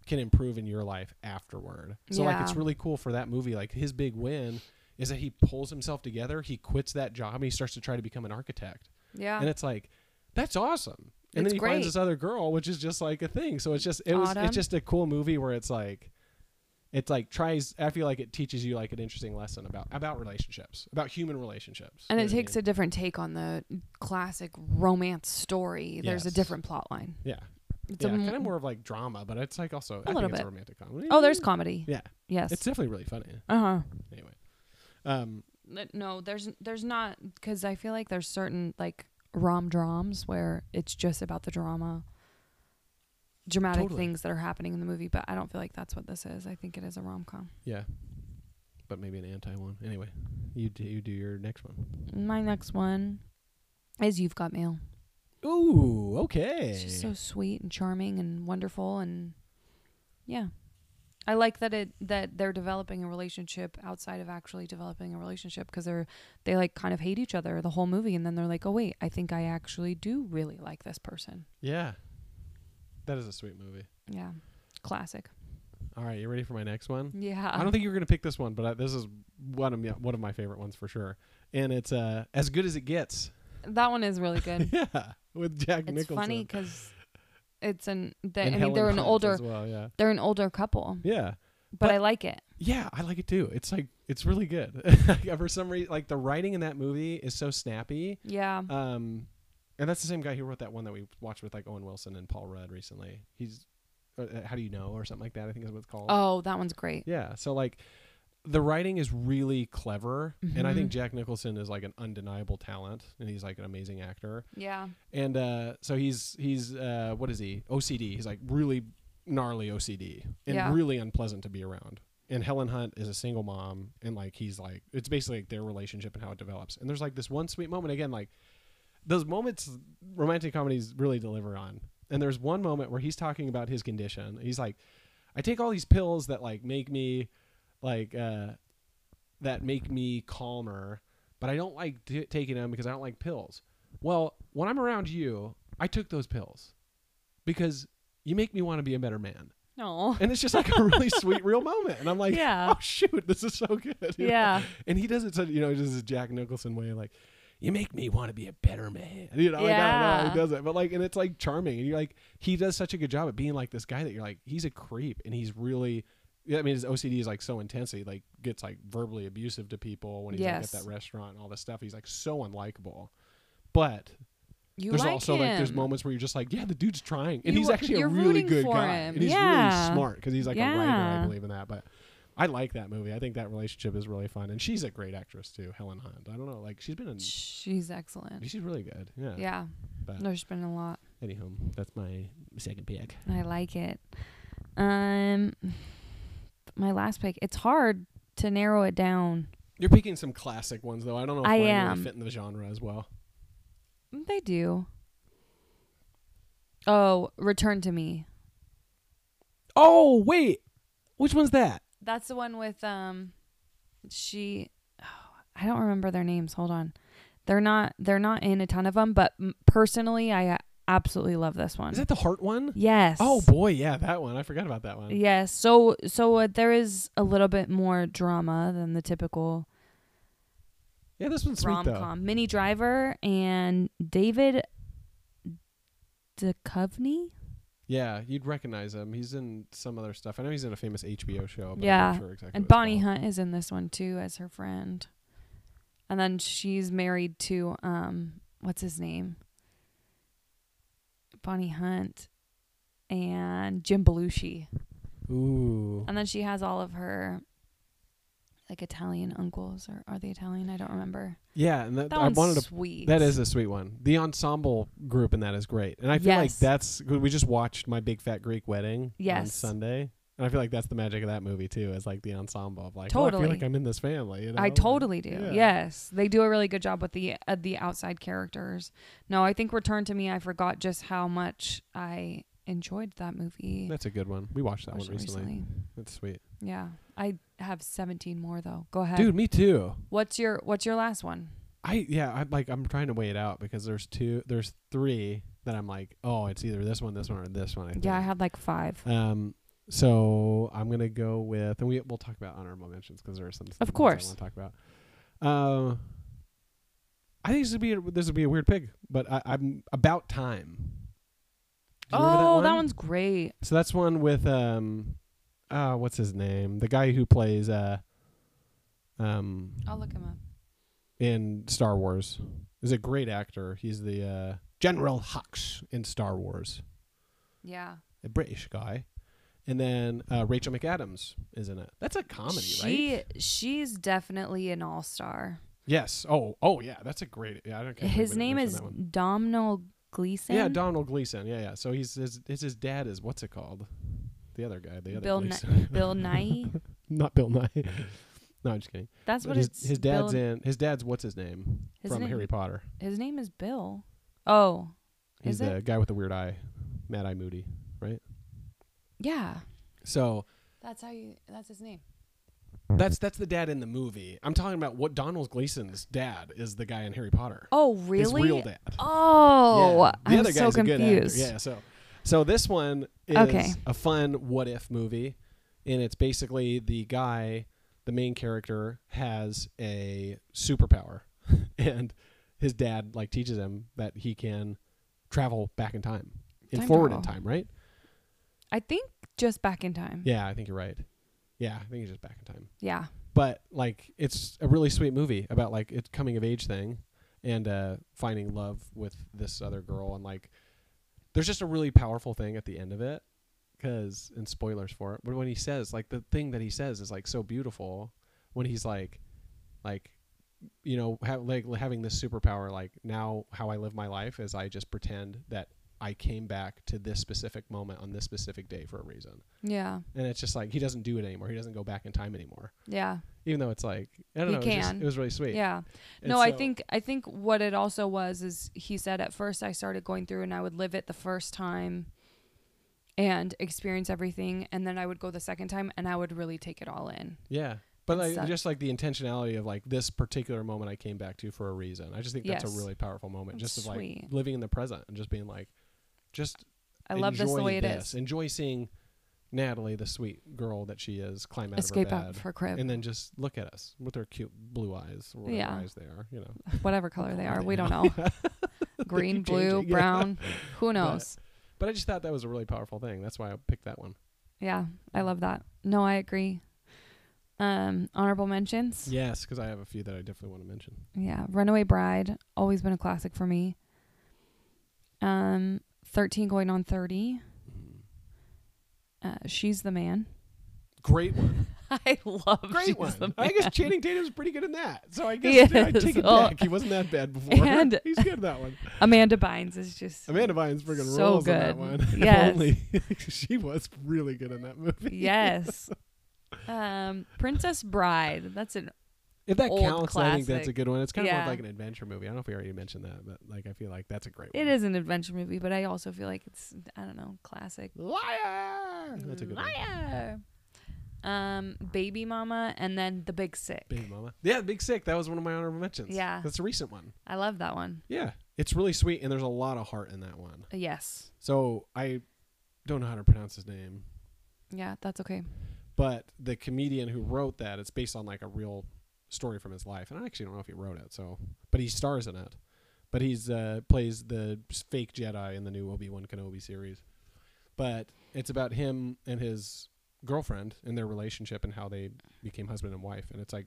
B: can improve in your life afterward. So like it's
A: Yeah.
B: really cool for that movie. Like his big win is that he pulls himself together, he quits that job, and he starts to try to become an architect.
A: yeah,
B: And it's like, that's awesome. And
A: It's
B: then he finds
A: great.
B: this other girl, which is just like a thing. So it's just it was
A: Autumn.
B: it's just a cool movie where it's like it's like tries I feel like it teaches you like an interesting lesson about about relationships, about human relationships.
A: and
B: You
A: it
B: know what I
A: takes a different take on the classic romance story. There's a
B: Yes.
A: different plot line.
B: mean? Yeah.
A: It's
B: Yeah,
A: a m-
B: kind of more of like drama, but it's like also I
A: little
B: think it's a
A: bit.
B: romantic comedy.
A: Oh, there's comedy.
B: Yeah.
A: Yes.
B: It's definitely really funny.
A: uh huh.
B: Anyway. Um
A: No, there's there's not because I feel like there's certain like rom drums where it's just about the drama, dramatic
B: Totally.
A: things that are happening in the movie. But I don't feel like that's what this is. I think it is a rom com.
B: yeah. But maybe an anti one. Anyway, you do, you do your next one.
A: My next one is You've Got Mail.
B: Ooh, okay.
A: It's just Mm. so sweet and charming and wonderful and yeah. I like that it that they're developing a relationship outside of actually developing a relationship because they're they like kind of hate each other the whole movie and then they're like, "Oh wait, I think I actually do really like this person."
B: yeah. That is a sweet movie.
A: Yeah. Classic.
B: All right, you ready for my next one?
A: Yeah.
B: I don't think you were gonna pick this one, but I, this is one of my, one of my favorite ones for sure. And it's uh, as good as it gets.
A: that one is really good.
B: yeah, with Jack
A: it's
B: Nicholson.
A: funny cuz it's an they, I
B: and
A: mean
B: Helen
A: they're an
B: Hunt
A: older
B: As well, yeah,
A: they're an older couple,
B: yeah,
A: but,
B: But-
A: I like it.
B: yeah. I like it too. It's like it's really good. for some reason, like the writing in that movie is so snappy.
A: Yeah.
B: Um, and that's the same guy who wrote that one that we watched with like Owen Wilson and Paul Rudd recently. He's uh, uh, how do you know or something like that. I think is what it's called.
A: Oh, that one's Oh, great.
B: Yeah. So like the writing is really clever, and I think Jack Nicholson is like an undeniable talent, and he's like an amazing actor.
A: Yeah.
B: And uh, so he's he's uh, what is he? OCD. He's like really gnarly OCD and
A: Yeah.
B: really unpleasant to be around. And Helen Hunt is a single mom, and like he's like it's basically like their relationship and how it develops. And there's like this one sweet moment again, like those moments romantic comedies really deliver on. And there's one moment where he's talking about his condition. He's like, I take all these pills that like make me like uh that make me calmer, but I don't like t- taking them because I don't like pills. Well, when I'm around you, I took those pills because you make me want to be a better man.
A: No.
B: And it's just like a really sweet, real moment. And I'm like,
A: Yeah.
B: oh, shoot, this is so good. you know?
A: Yeah.
B: And he does it, so, you know, just his Jack Nicholson way, like, you make me want to be a better man. You know, I don't know how
A: Yeah.
B: he does it. But like, and it's like charming. And you're like, he does such a good job at being like this guy that you're like, he's a creep. And he's really, I mean, his OCD is like so intense. He like gets like verbally abusive to people when he's like, at
A: Yes.
B: that restaurant and all this stuff. He's like so unlikable. But
A: You
B: there's
A: like
B: also
A: him.
B: like there's moments where you're just like, yeah, the dude's trying, and
A: You
B: he's
A: are-
B: actually a
A: you're
B: really
A: rooting
B: good
A: for
B: guy,
A: him.
B: and he's
A: Yeah.
B: really smart because he's like a writer. I
A: Yeah.
B: believe in that, but I like that movie. I think that relationship is really fun, and she's a great actress too, Helen Hunt. I don't know, like she's been in,
A: She's excellent.
B: she's really good. Yeah.
A: Yeah.
B: But
A: There's been a lot.
B: anyhow, that's my second pick.
A: I like it. Um, my last pick. It's hard to narrow it down.
B: You're picking some classic ones though. I don't know if
A: I
B: mine really
A: am.
B: fit in the genre as well.
A: They do. Oh, Return to Me.
B: Oh wait, which one's that?
A: That's the one with um, she. Oh, I don't remember their names. Hold on. They're not. They're not in a ton of them. But m- personally, I uh, absolutely love this one.
B: Is that the heart one?
A: yes.
B: Oh boy, yeah, that one. I forgot about that one.
A: Yes. So so uh, there is a little bit more drama than the typical
B: Yeah, this one's
A: rom
B: sweet though.
A: com. Mini Driver and David Duchovny.
B: Yeah, you'd recognize him. He's in some other stuff. I know he's in a famous HBO show. But I'm
A: Yeah,
B: not sure exactly what
A: And
B: it's
A: Bonnie
B: called.
A: Hunt is in this one too as her friend. And then she's married to um what's his name? Bonnie Hunt and Jim Belushi.
B: Ooh,
A: And then she has all of her like Italian uncles or are they Italian? I don't remember.
B: yeah, and that,
A: That
B: I
A: one's
B: wanted to.
A: sweet.
B: That is a sweet one. The ensemble group in that is great, and I feel like
A: Yes.
B: that's. We just watched My Big Fat Greek Wedding on
A: Yes.
B: Sunday, and I feel like that's the magic of that movie too. Is like the ensemble of like, oh, I
A: Totally.
B: feel like I'm in this family. You know?
A: I
B: Like,
A: totally do.
B: yeah.
A: Yes, they do a really good job with the uh, the outside characters. No, I think Return to Me. I forgot just how much I enjoyed that movie.
B: That's a good one. We watched that one
A: watched it
B: recently. That's sweet,
A: Yeah, I have seventeen more though. Go ahead,
B: dude. Me too.
A: What's your What's your last one?
B: I yeah, I like I'm trying to weigh it out because there's two, there's three that I'm like, oh, it's either this one, this one, or this one. I think.
A: Yeah, I had like five.
B: Um, so I'm gonna go with, and we we'll talk about honorable mentions because there are some. ones
A: course.
B: I want to talk about. Um, I think this would be a, this would be a weird pick, but I, I'm about time. Do you remember
A: oh,
B: that, one?
A: one's great.
B: So that's one with um, uh, what's his name? The guy who plays uh, um,
A: I'll look him up.
B: in Star Wars is a great actor. He's the uh, General Hux in Star Wars
A: Yeah,
B: a British guy, and then uh, Rachel McAdams is in it. That's a comedy,
A: she
B: right?
A: she's definitely an all star.
B: Yes. Oh, oh yeah, that's a great. Yeah, I don't. can't believe we
A: His
B: didn't
A: name
B: mention
A: is
B: that one.
A: Domhnall Gleeson.
B: Yeah, Donald Gleason. Yeah, yeah. So he's his, his his dad is what's it called? The other guy, the other
A: Bill Nye-
B: Gleason.
A: Bill Nye.
B: Not Bill Nye. no, I'm just kidding.
A: That's
B: But
A: what
B: his,
A: it's.
B: his dad's
A: Bill,
B: in. His dad's what's his name
A: His
B: from
A: name-
B: Harry Potter.
A: His name is Bill. Oh,
B: He's
A: Is
B: the guy with the weird eye, Mad Eye Moody.
A: yeah.
B: So
A: That's how you. That's his name.
B: that's that's the dad in the movie. I'm talking about what Donald Gleason's dad is the guy in Harry Potter.
A: Oh,
B: His
A: really?
B: real dad.
A: Oh,
B: Yeah.
A: I'm so
B: guy's a good actor.
A: confused.
B: Yeah, so so this one is
A: Okay.
B: a fun what if movie, and it's basically the guy, the main character, has a superpower, and his dad like teaches him that he can travel back in time and
A: Time
B: forward in
A: travel.
B: time, right?
A: I think just back in time.
B: Yeah, I think you're right. Yeah, I think he's just back in time.
A: Yeah.
B: but like it's a really sweet movie about like it's coming of age thing and uh finding love with this other girl and like there's just a really powerful thing at the end of it because and spoilers for it but when he says like the thing that he says is like so beautiful when he's like, like, you know, ha- like having this superpower. Like now, how I live my life is I just pretend that I came back to this specific moment on this specific day for a reason.
A: Yeah.
B: And it's just like he doesn't do it anymore. He doesn't go back in time anymore.
A: Yeah.
B: Even though it's like I don't
A: He
B: know. it was just-
A: can.
B: It, was really sweet.
A: Yeah.
B: And
A: no, I
B: so-
A: think I think what it also was is he said at first I started going through and I would live it the first time and experience everything and then I would go the second time and I would really take it all in.
B: Yeah. But
A: It
B: like,
A: sucked.
B: just like the intentionality of like this particular moment I came back to for a reason. I just think that's
A: Yes.
B: a really powerful moment.
A: That's
B: just of like
A: sweet.
B: living in the present and just being like, just
A: I love this the
B: enjoy
A: way it
B: this.
A: is.
B: Enjoy seeing Natalie, the sweet girl that she is, climb out
A: Escape
B: of her
A: out of
B: bed
A: her crib.
B: and then just look at us with her cute blue eyes, or whatever
A: Yeah.
B: eyes they are. You know,
A: Whatever color they
B: color
A: are,
B: they
A: we don't know. Green,
B: keep
A: blue,
B: changing, yeah.
A: brown, who knows.
B: but I just thought that was a really powerful thing. That's why I picked that one.
A: yeah, I love that. No, I agree. Um honorable mentions?
B: Yes, because I have a few that I definitely want to mention.
A: Yeah, Runaway Bride always been a classic for me. Um, thirteen going on thirty.
B: Mm-hmm.
A: Uh, she's the man.
B: Great one,
A: I love
B: great
A: She's
B: one.
A: the
B: I
A: Man.
B: guess Channing Tatum's pretty good in that, so I
A: He
B: guess I
A: is.
B: take it
A: Well,
B: back. He wasn't that bad before.
A: and-
B: He's good at that one.
A: Amanda Bynes is just
B: Amanda Bynes friggin'
A: So
B: rolls in
A: good.
B: that one. If
A: Yes.
B: only she was really good in that movie.
A: yes. Um, Princess Bride. That's an
B: If that
A: Old
B: counts, I think that's a
A: classic.
B: good one. It's kind of
A: Yeah.
B: more like an adventure movie. I don't know if we already mentioned that, but like I feel like that's a great one.
A: it is an adventure movie, but I also feel like it's I don't know classic.
B: Liar. That's a good one.
A: Liar. Um, Baby Mama, and then The Big Sick.
B: Big Mama. Yeah, Big Sick. That was one of my honorable mentions.
A: Yeah.
B: That's a recent one.
A: I love that one.
B: Yeah. It's really sweet and there's a lot of heart in that one.
A: Yes.
B: So I don't know how to pronounce his name,
A: Yeah, that's okay.
B: but the comedian who wrote that, it's based on like a real story from his life. And I actually don't know if he wrote it, so but he stars in it. But he's uh plays the fake Jedi in the new Obi-Wan Kenobi series. But it's about him and his girlfriend and their relationship and how they became husband and wife and it's like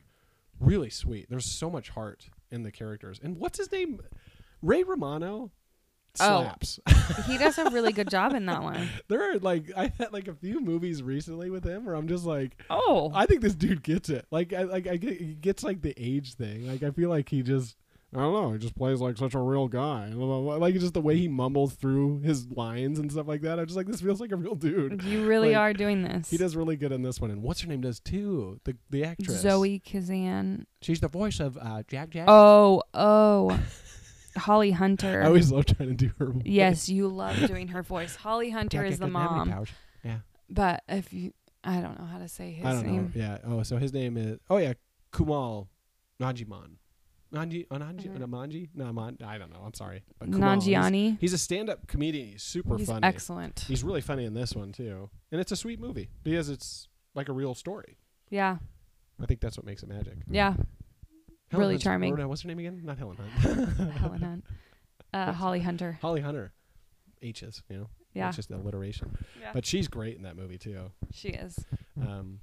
B: really sweet. There's so much heart in the characters. And what's his name? Ray Romano
A: Oh.
B: slaps.
A: He does a really good job in that one.
B: there are like I had like a few movies recently with him where I'm just like,
A: Oh,
B: I think this dude gets it. Like I like I get he gets like the age thing. Like I feel like he just I don't know. He just plays like such a real guy. Blah, blah, blah. Like just the way he mumbles through his lines and stuff like that. I'm just like this feels like a real dude.
A: you really
B: like,
A: are doing this.
B: He does really good in this one. And what's her name does too. The the actress
A: Zoe Kazan.
B: She's the voice of uh, Jack Jack.
A: Oh, oh, Holly Hunter.
B: I always love trying to do her. voice.
A: yes, you love doing her voice. Holly
B: Jack
A: Hunter
B: Jack
A: is the
B: doesn't have any
A: mom,
B: powers.
A: but if you, I don't know how to say his
B: I don't
A: name.
B: know. Yeah. Oh, so his name is. Oh yeah, Kumal Najiman. Nanji, uh, Nanji,
A: Mhm.
B: Namanji, Naman. I don't know. I'm sorry. But Kumail, he's-
A: Nanjiani.
B: He's, a stand-up comedian. He's super
A: He's
B: funny.
A: excellent.
B: He's really funny in this one too, and it's a sweet movie because it's like a real story.
A: Yeah,
B: I think that's what makes it magic.
A: yeah.
B: Helen
A: Really
B: Hunt's-
A: charming.
B: or no, what's her name again? Not Helen Hunt.
A: Helen Hunt. Uh, Holly Hunter.
B: Holly Hunter. H's. You know.
A: Yeah,
B: It's just alliteration.
A: Yeah.
B: But she's great in that movie too.
A: she is.
B: Um,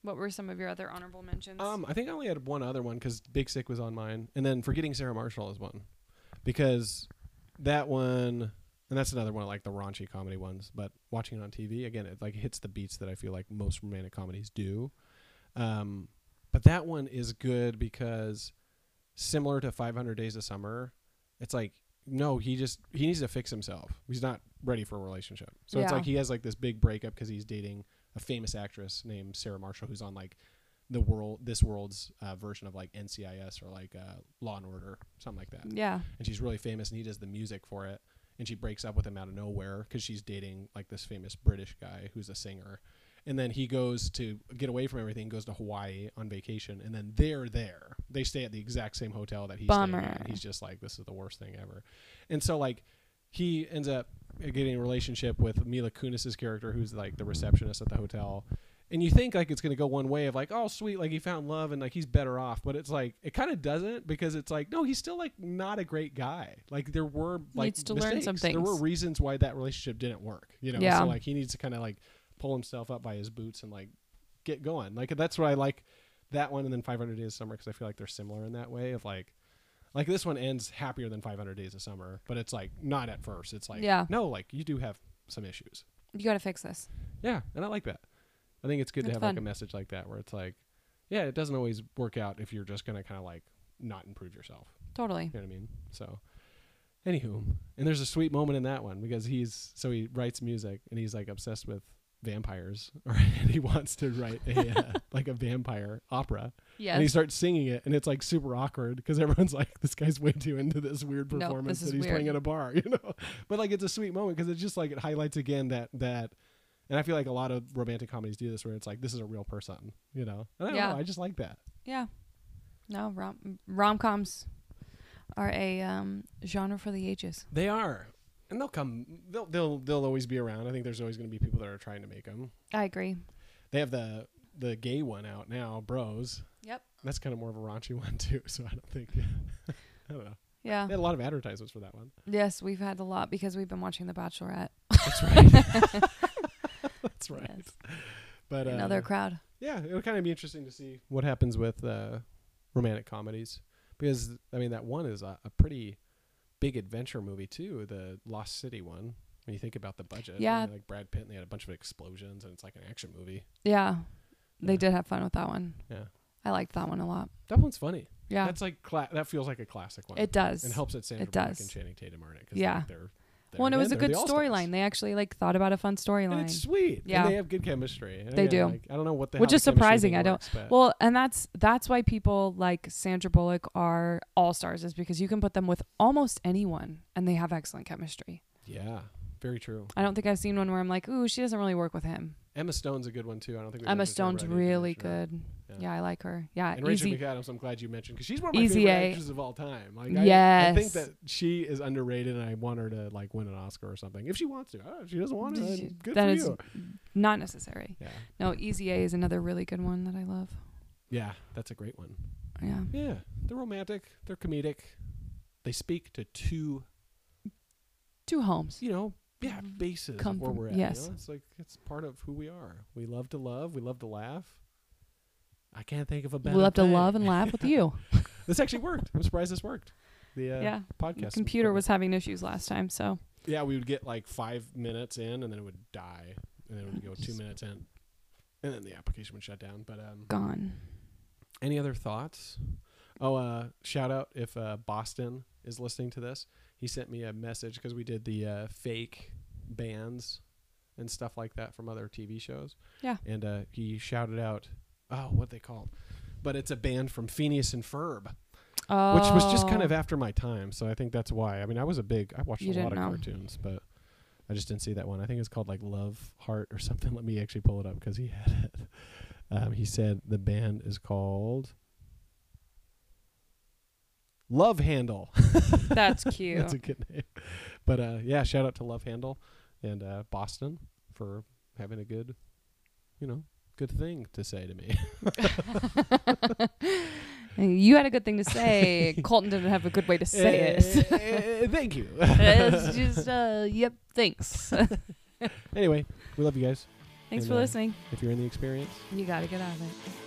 A: What were some of your other honorable mentions?
B: Um, I think I only had one other one because Big Sick was on mine, and then Forgetting Sarah Marshall is one because that one, and that's another one of like the raunchy comedy ones. But watching it on TV again, it like hits the beats that I feel like most romantic comedies do. Um, but that one is good because similar to 500 Days of Summer, it's like no, he just he needs to fix himself. He's not ready for a relationship, so it's
A: Yeah.
B: like he has like this big breakup because he's dating a famous actress named Sarah Marshall, who's on like the world this world's uh, version of like NCIS or like uh, Law and Order, something like that.
A: yeah,
B: And she's really famous, and he does the music for it. And she breaks up with him out of nowhere because she's dating like this famous British guy who's a singer. And then he goes to get away from everything, goes to Hawaii on vacation, and then they're there. They stay at the exact same hotel that he's
A: Bummer.
B: staying at. He's just like, this is the worst thing ever. And so like he ends up getting a relationship with Mila Kunis's character, who's like the receptionist at the hotel. And you think like it's gonna go one way of like, oh sweet, like he found love and like he's better off, but it's like it kind of doesn't because it's like no, he's still like not a great guy. Like there were like
A: Needs to learn some
B: mistakes. There were
A: things.
B: reasons why that relationship didn't work. You know,
A: Yeah.
B: so like he needs to kind of like pull himself up by his boots and like get going. Like that's what I like that one and then 500 Days of Summer because I feel like they're similar in that way of like like this one ends happier than 500 Days of Summer, but it's like not at first. It's like
A: Yeah.
B: no, like you do have some issues.
A: you got to fix this.
B: Yeah, and I like that. I think it's good
A: That's
B: to have like
A: fun.
B: a message like that where it's like yeah, it doesn't always work out if you're just gonna kind of like not improve yourself.
A: Totally.
B: You know what I mean? So, anywho, and there's a sweet moment in that one because he's so he writes music and he's like obsessed with vampires, or and he wants to write a uh, like a vampire opera,
A: Yes.
B: and he starts singing it, and it's like super awkward because everyone's like, "This guy's way too into this weird
A: No, this
B: performance
A: is
B: that he's playing
A: weird.
B: at a bar," you know. But like, it's a sweet moment because it's just like it highlights again that that. And I feel like a lot of romantic comedies do this, where it's like this is a real person, you know. And I don't
A: Yeah.
B: know, I just like that.
A: yeah. No, rom rom coms are a um, genre for the ages.
B: They are, and they'll come. They'll they'll they'll always be around. I think there's always going to be people that are trying to make them.
A: I agree.
B: They have the the gay one out now, Bros.
A: Yep.
B: That's kind of more of a raunchy one too. So I don't think. I don't know.
A: Yeah.
B: They had a lot of advertisements for that one.
A: Yes, we've had a lot because we've been watching The Bachelorette.
B: That's right. That's right.
A: Yes.
B: But uh,
A: Another crowd.
B: yeah, it'll kind of be interesting to see what happens with uh, romantic comedies because I mean that one is a, a pretty big adventure movie too, the Lost City one. When you think about the budget, I
A: Yeah.
B: mean, like Brad Pitt, and they had a bunch of explosions, and it's like an action movie.
A: Yeah. They
B: Yeah.
A: did have fun with that one.
B: Yeah,
A: I liked that one a lot.
B: that one's funny.
A: Yeah.
B: that's like cla- that feels like a classic one.
A: it does.
B: and helps that Sandra
A: It
B: Bullock
A: does.
B: and Channing Tatum are in it. 'cause, like,
A: Yeah.
B: they're, they're
A: well, and it
B: men,
A: was a
B: they're
A: good
B: the all-stars.
A: storyline. They actually like thought about a fun
B: And it's
A: storyline.
B: sweet.
A: Yeah.
B: and they have good chemistry. And
A: They
B: again,
A: do.
B: like, I don't know what the
A: Which
B: how
A: is
B: the chemistry
A: surprising,
B: thing
A: I don't-
B: works, but-
A: Well, and that's that's why people like Sandra Bullock are all stars is because you can put them with almost anyone and they have excellent chemistry.
B: yeah, very true.
A: I don't think I've seen one where I'm like, ooh, she doesn't really work with him.
B: Emma Stone's a good one too. I don't think we've
A: Emma
B: ever talked
A: Stone's
B: about any
A: really
B: international-
A: good.
B: Yeah.
A: Yeah. I like her. Yeah,
B: And Rachel
A: easy.
B: McAdams, I'm glad you mentioned because she's one of my
A: Easy
B: favorite
A: A.
B: actors of all time. Like, I, I
A: Yes.
B: think that she is underrated, and I want her to like win an Oscar or something if she wants to. I don't know, if she doesn't want to,
A: She-
B: then good
A: that
B: for
A: is-
B: you.
A: Not necessary.
B: Yeah,
A: No, Easy A is another really good one that I love.
B: yeah, that's a great one.
A: Yeah.
B: Yeah, they're romantic, they're comedic, they speak to two,
A: Two homes.
B: you know, yeah,
A: Mhm.
B: bases of
A: Come
B: where
A: from-
B: we're at.
A: yes.
B: you know? it's like it's part of who we are. We love to love, we love to laugh. I can't think of a better.
A: We'll have to
B: thing.
A: love and laugh with you.
B: This actually worked. I'm surprised this worked. The uh,
A: Yeah.
B: podcast
A: Computer
B: recording.
A: was having issues last time, so
B: Yeah, we would get like five minutes in, and then it would die, and then it would go two minutes in, and then the application would shut down. But um,
A: gone.
B: any other thoughts? Oh, uh, shout out if uh, Boston is listening to this. He sent me a message because we did the uh, fake bands and stuff like that from other TV shows.
A: Yeah.
B: and uh, he shouted out, "Oh, what they called?" But it's a band from Phineas and Ferb.
A: Oh.
B: which was just kind of after my time. So I think that's why. I mean, I was a big. I watched
A: You
B: a lot
A: didn't
B: of
A: know.
B: cartoons, but I just didn't see that one. I think it's called like Love Heart or something. Let me actually pull it up because he had it. Um, he said the band is called Love Handle.
A: That's cute.
B: that's a good name. But uh, yeah, shout out to Love Handle and uh, Boston for having a good, you know, good thing to say to me.
A: you had a good thing to say. Colton didn't have a good way to say it.
B: Eh, Thank you.
A: it's just, uh, yep, thanks.
B: anyway, we love you guys.
A: thanks
B: And,
A: for
B: uh,
A: listening.
B: if you're in the experience.
A: You got to get out of it.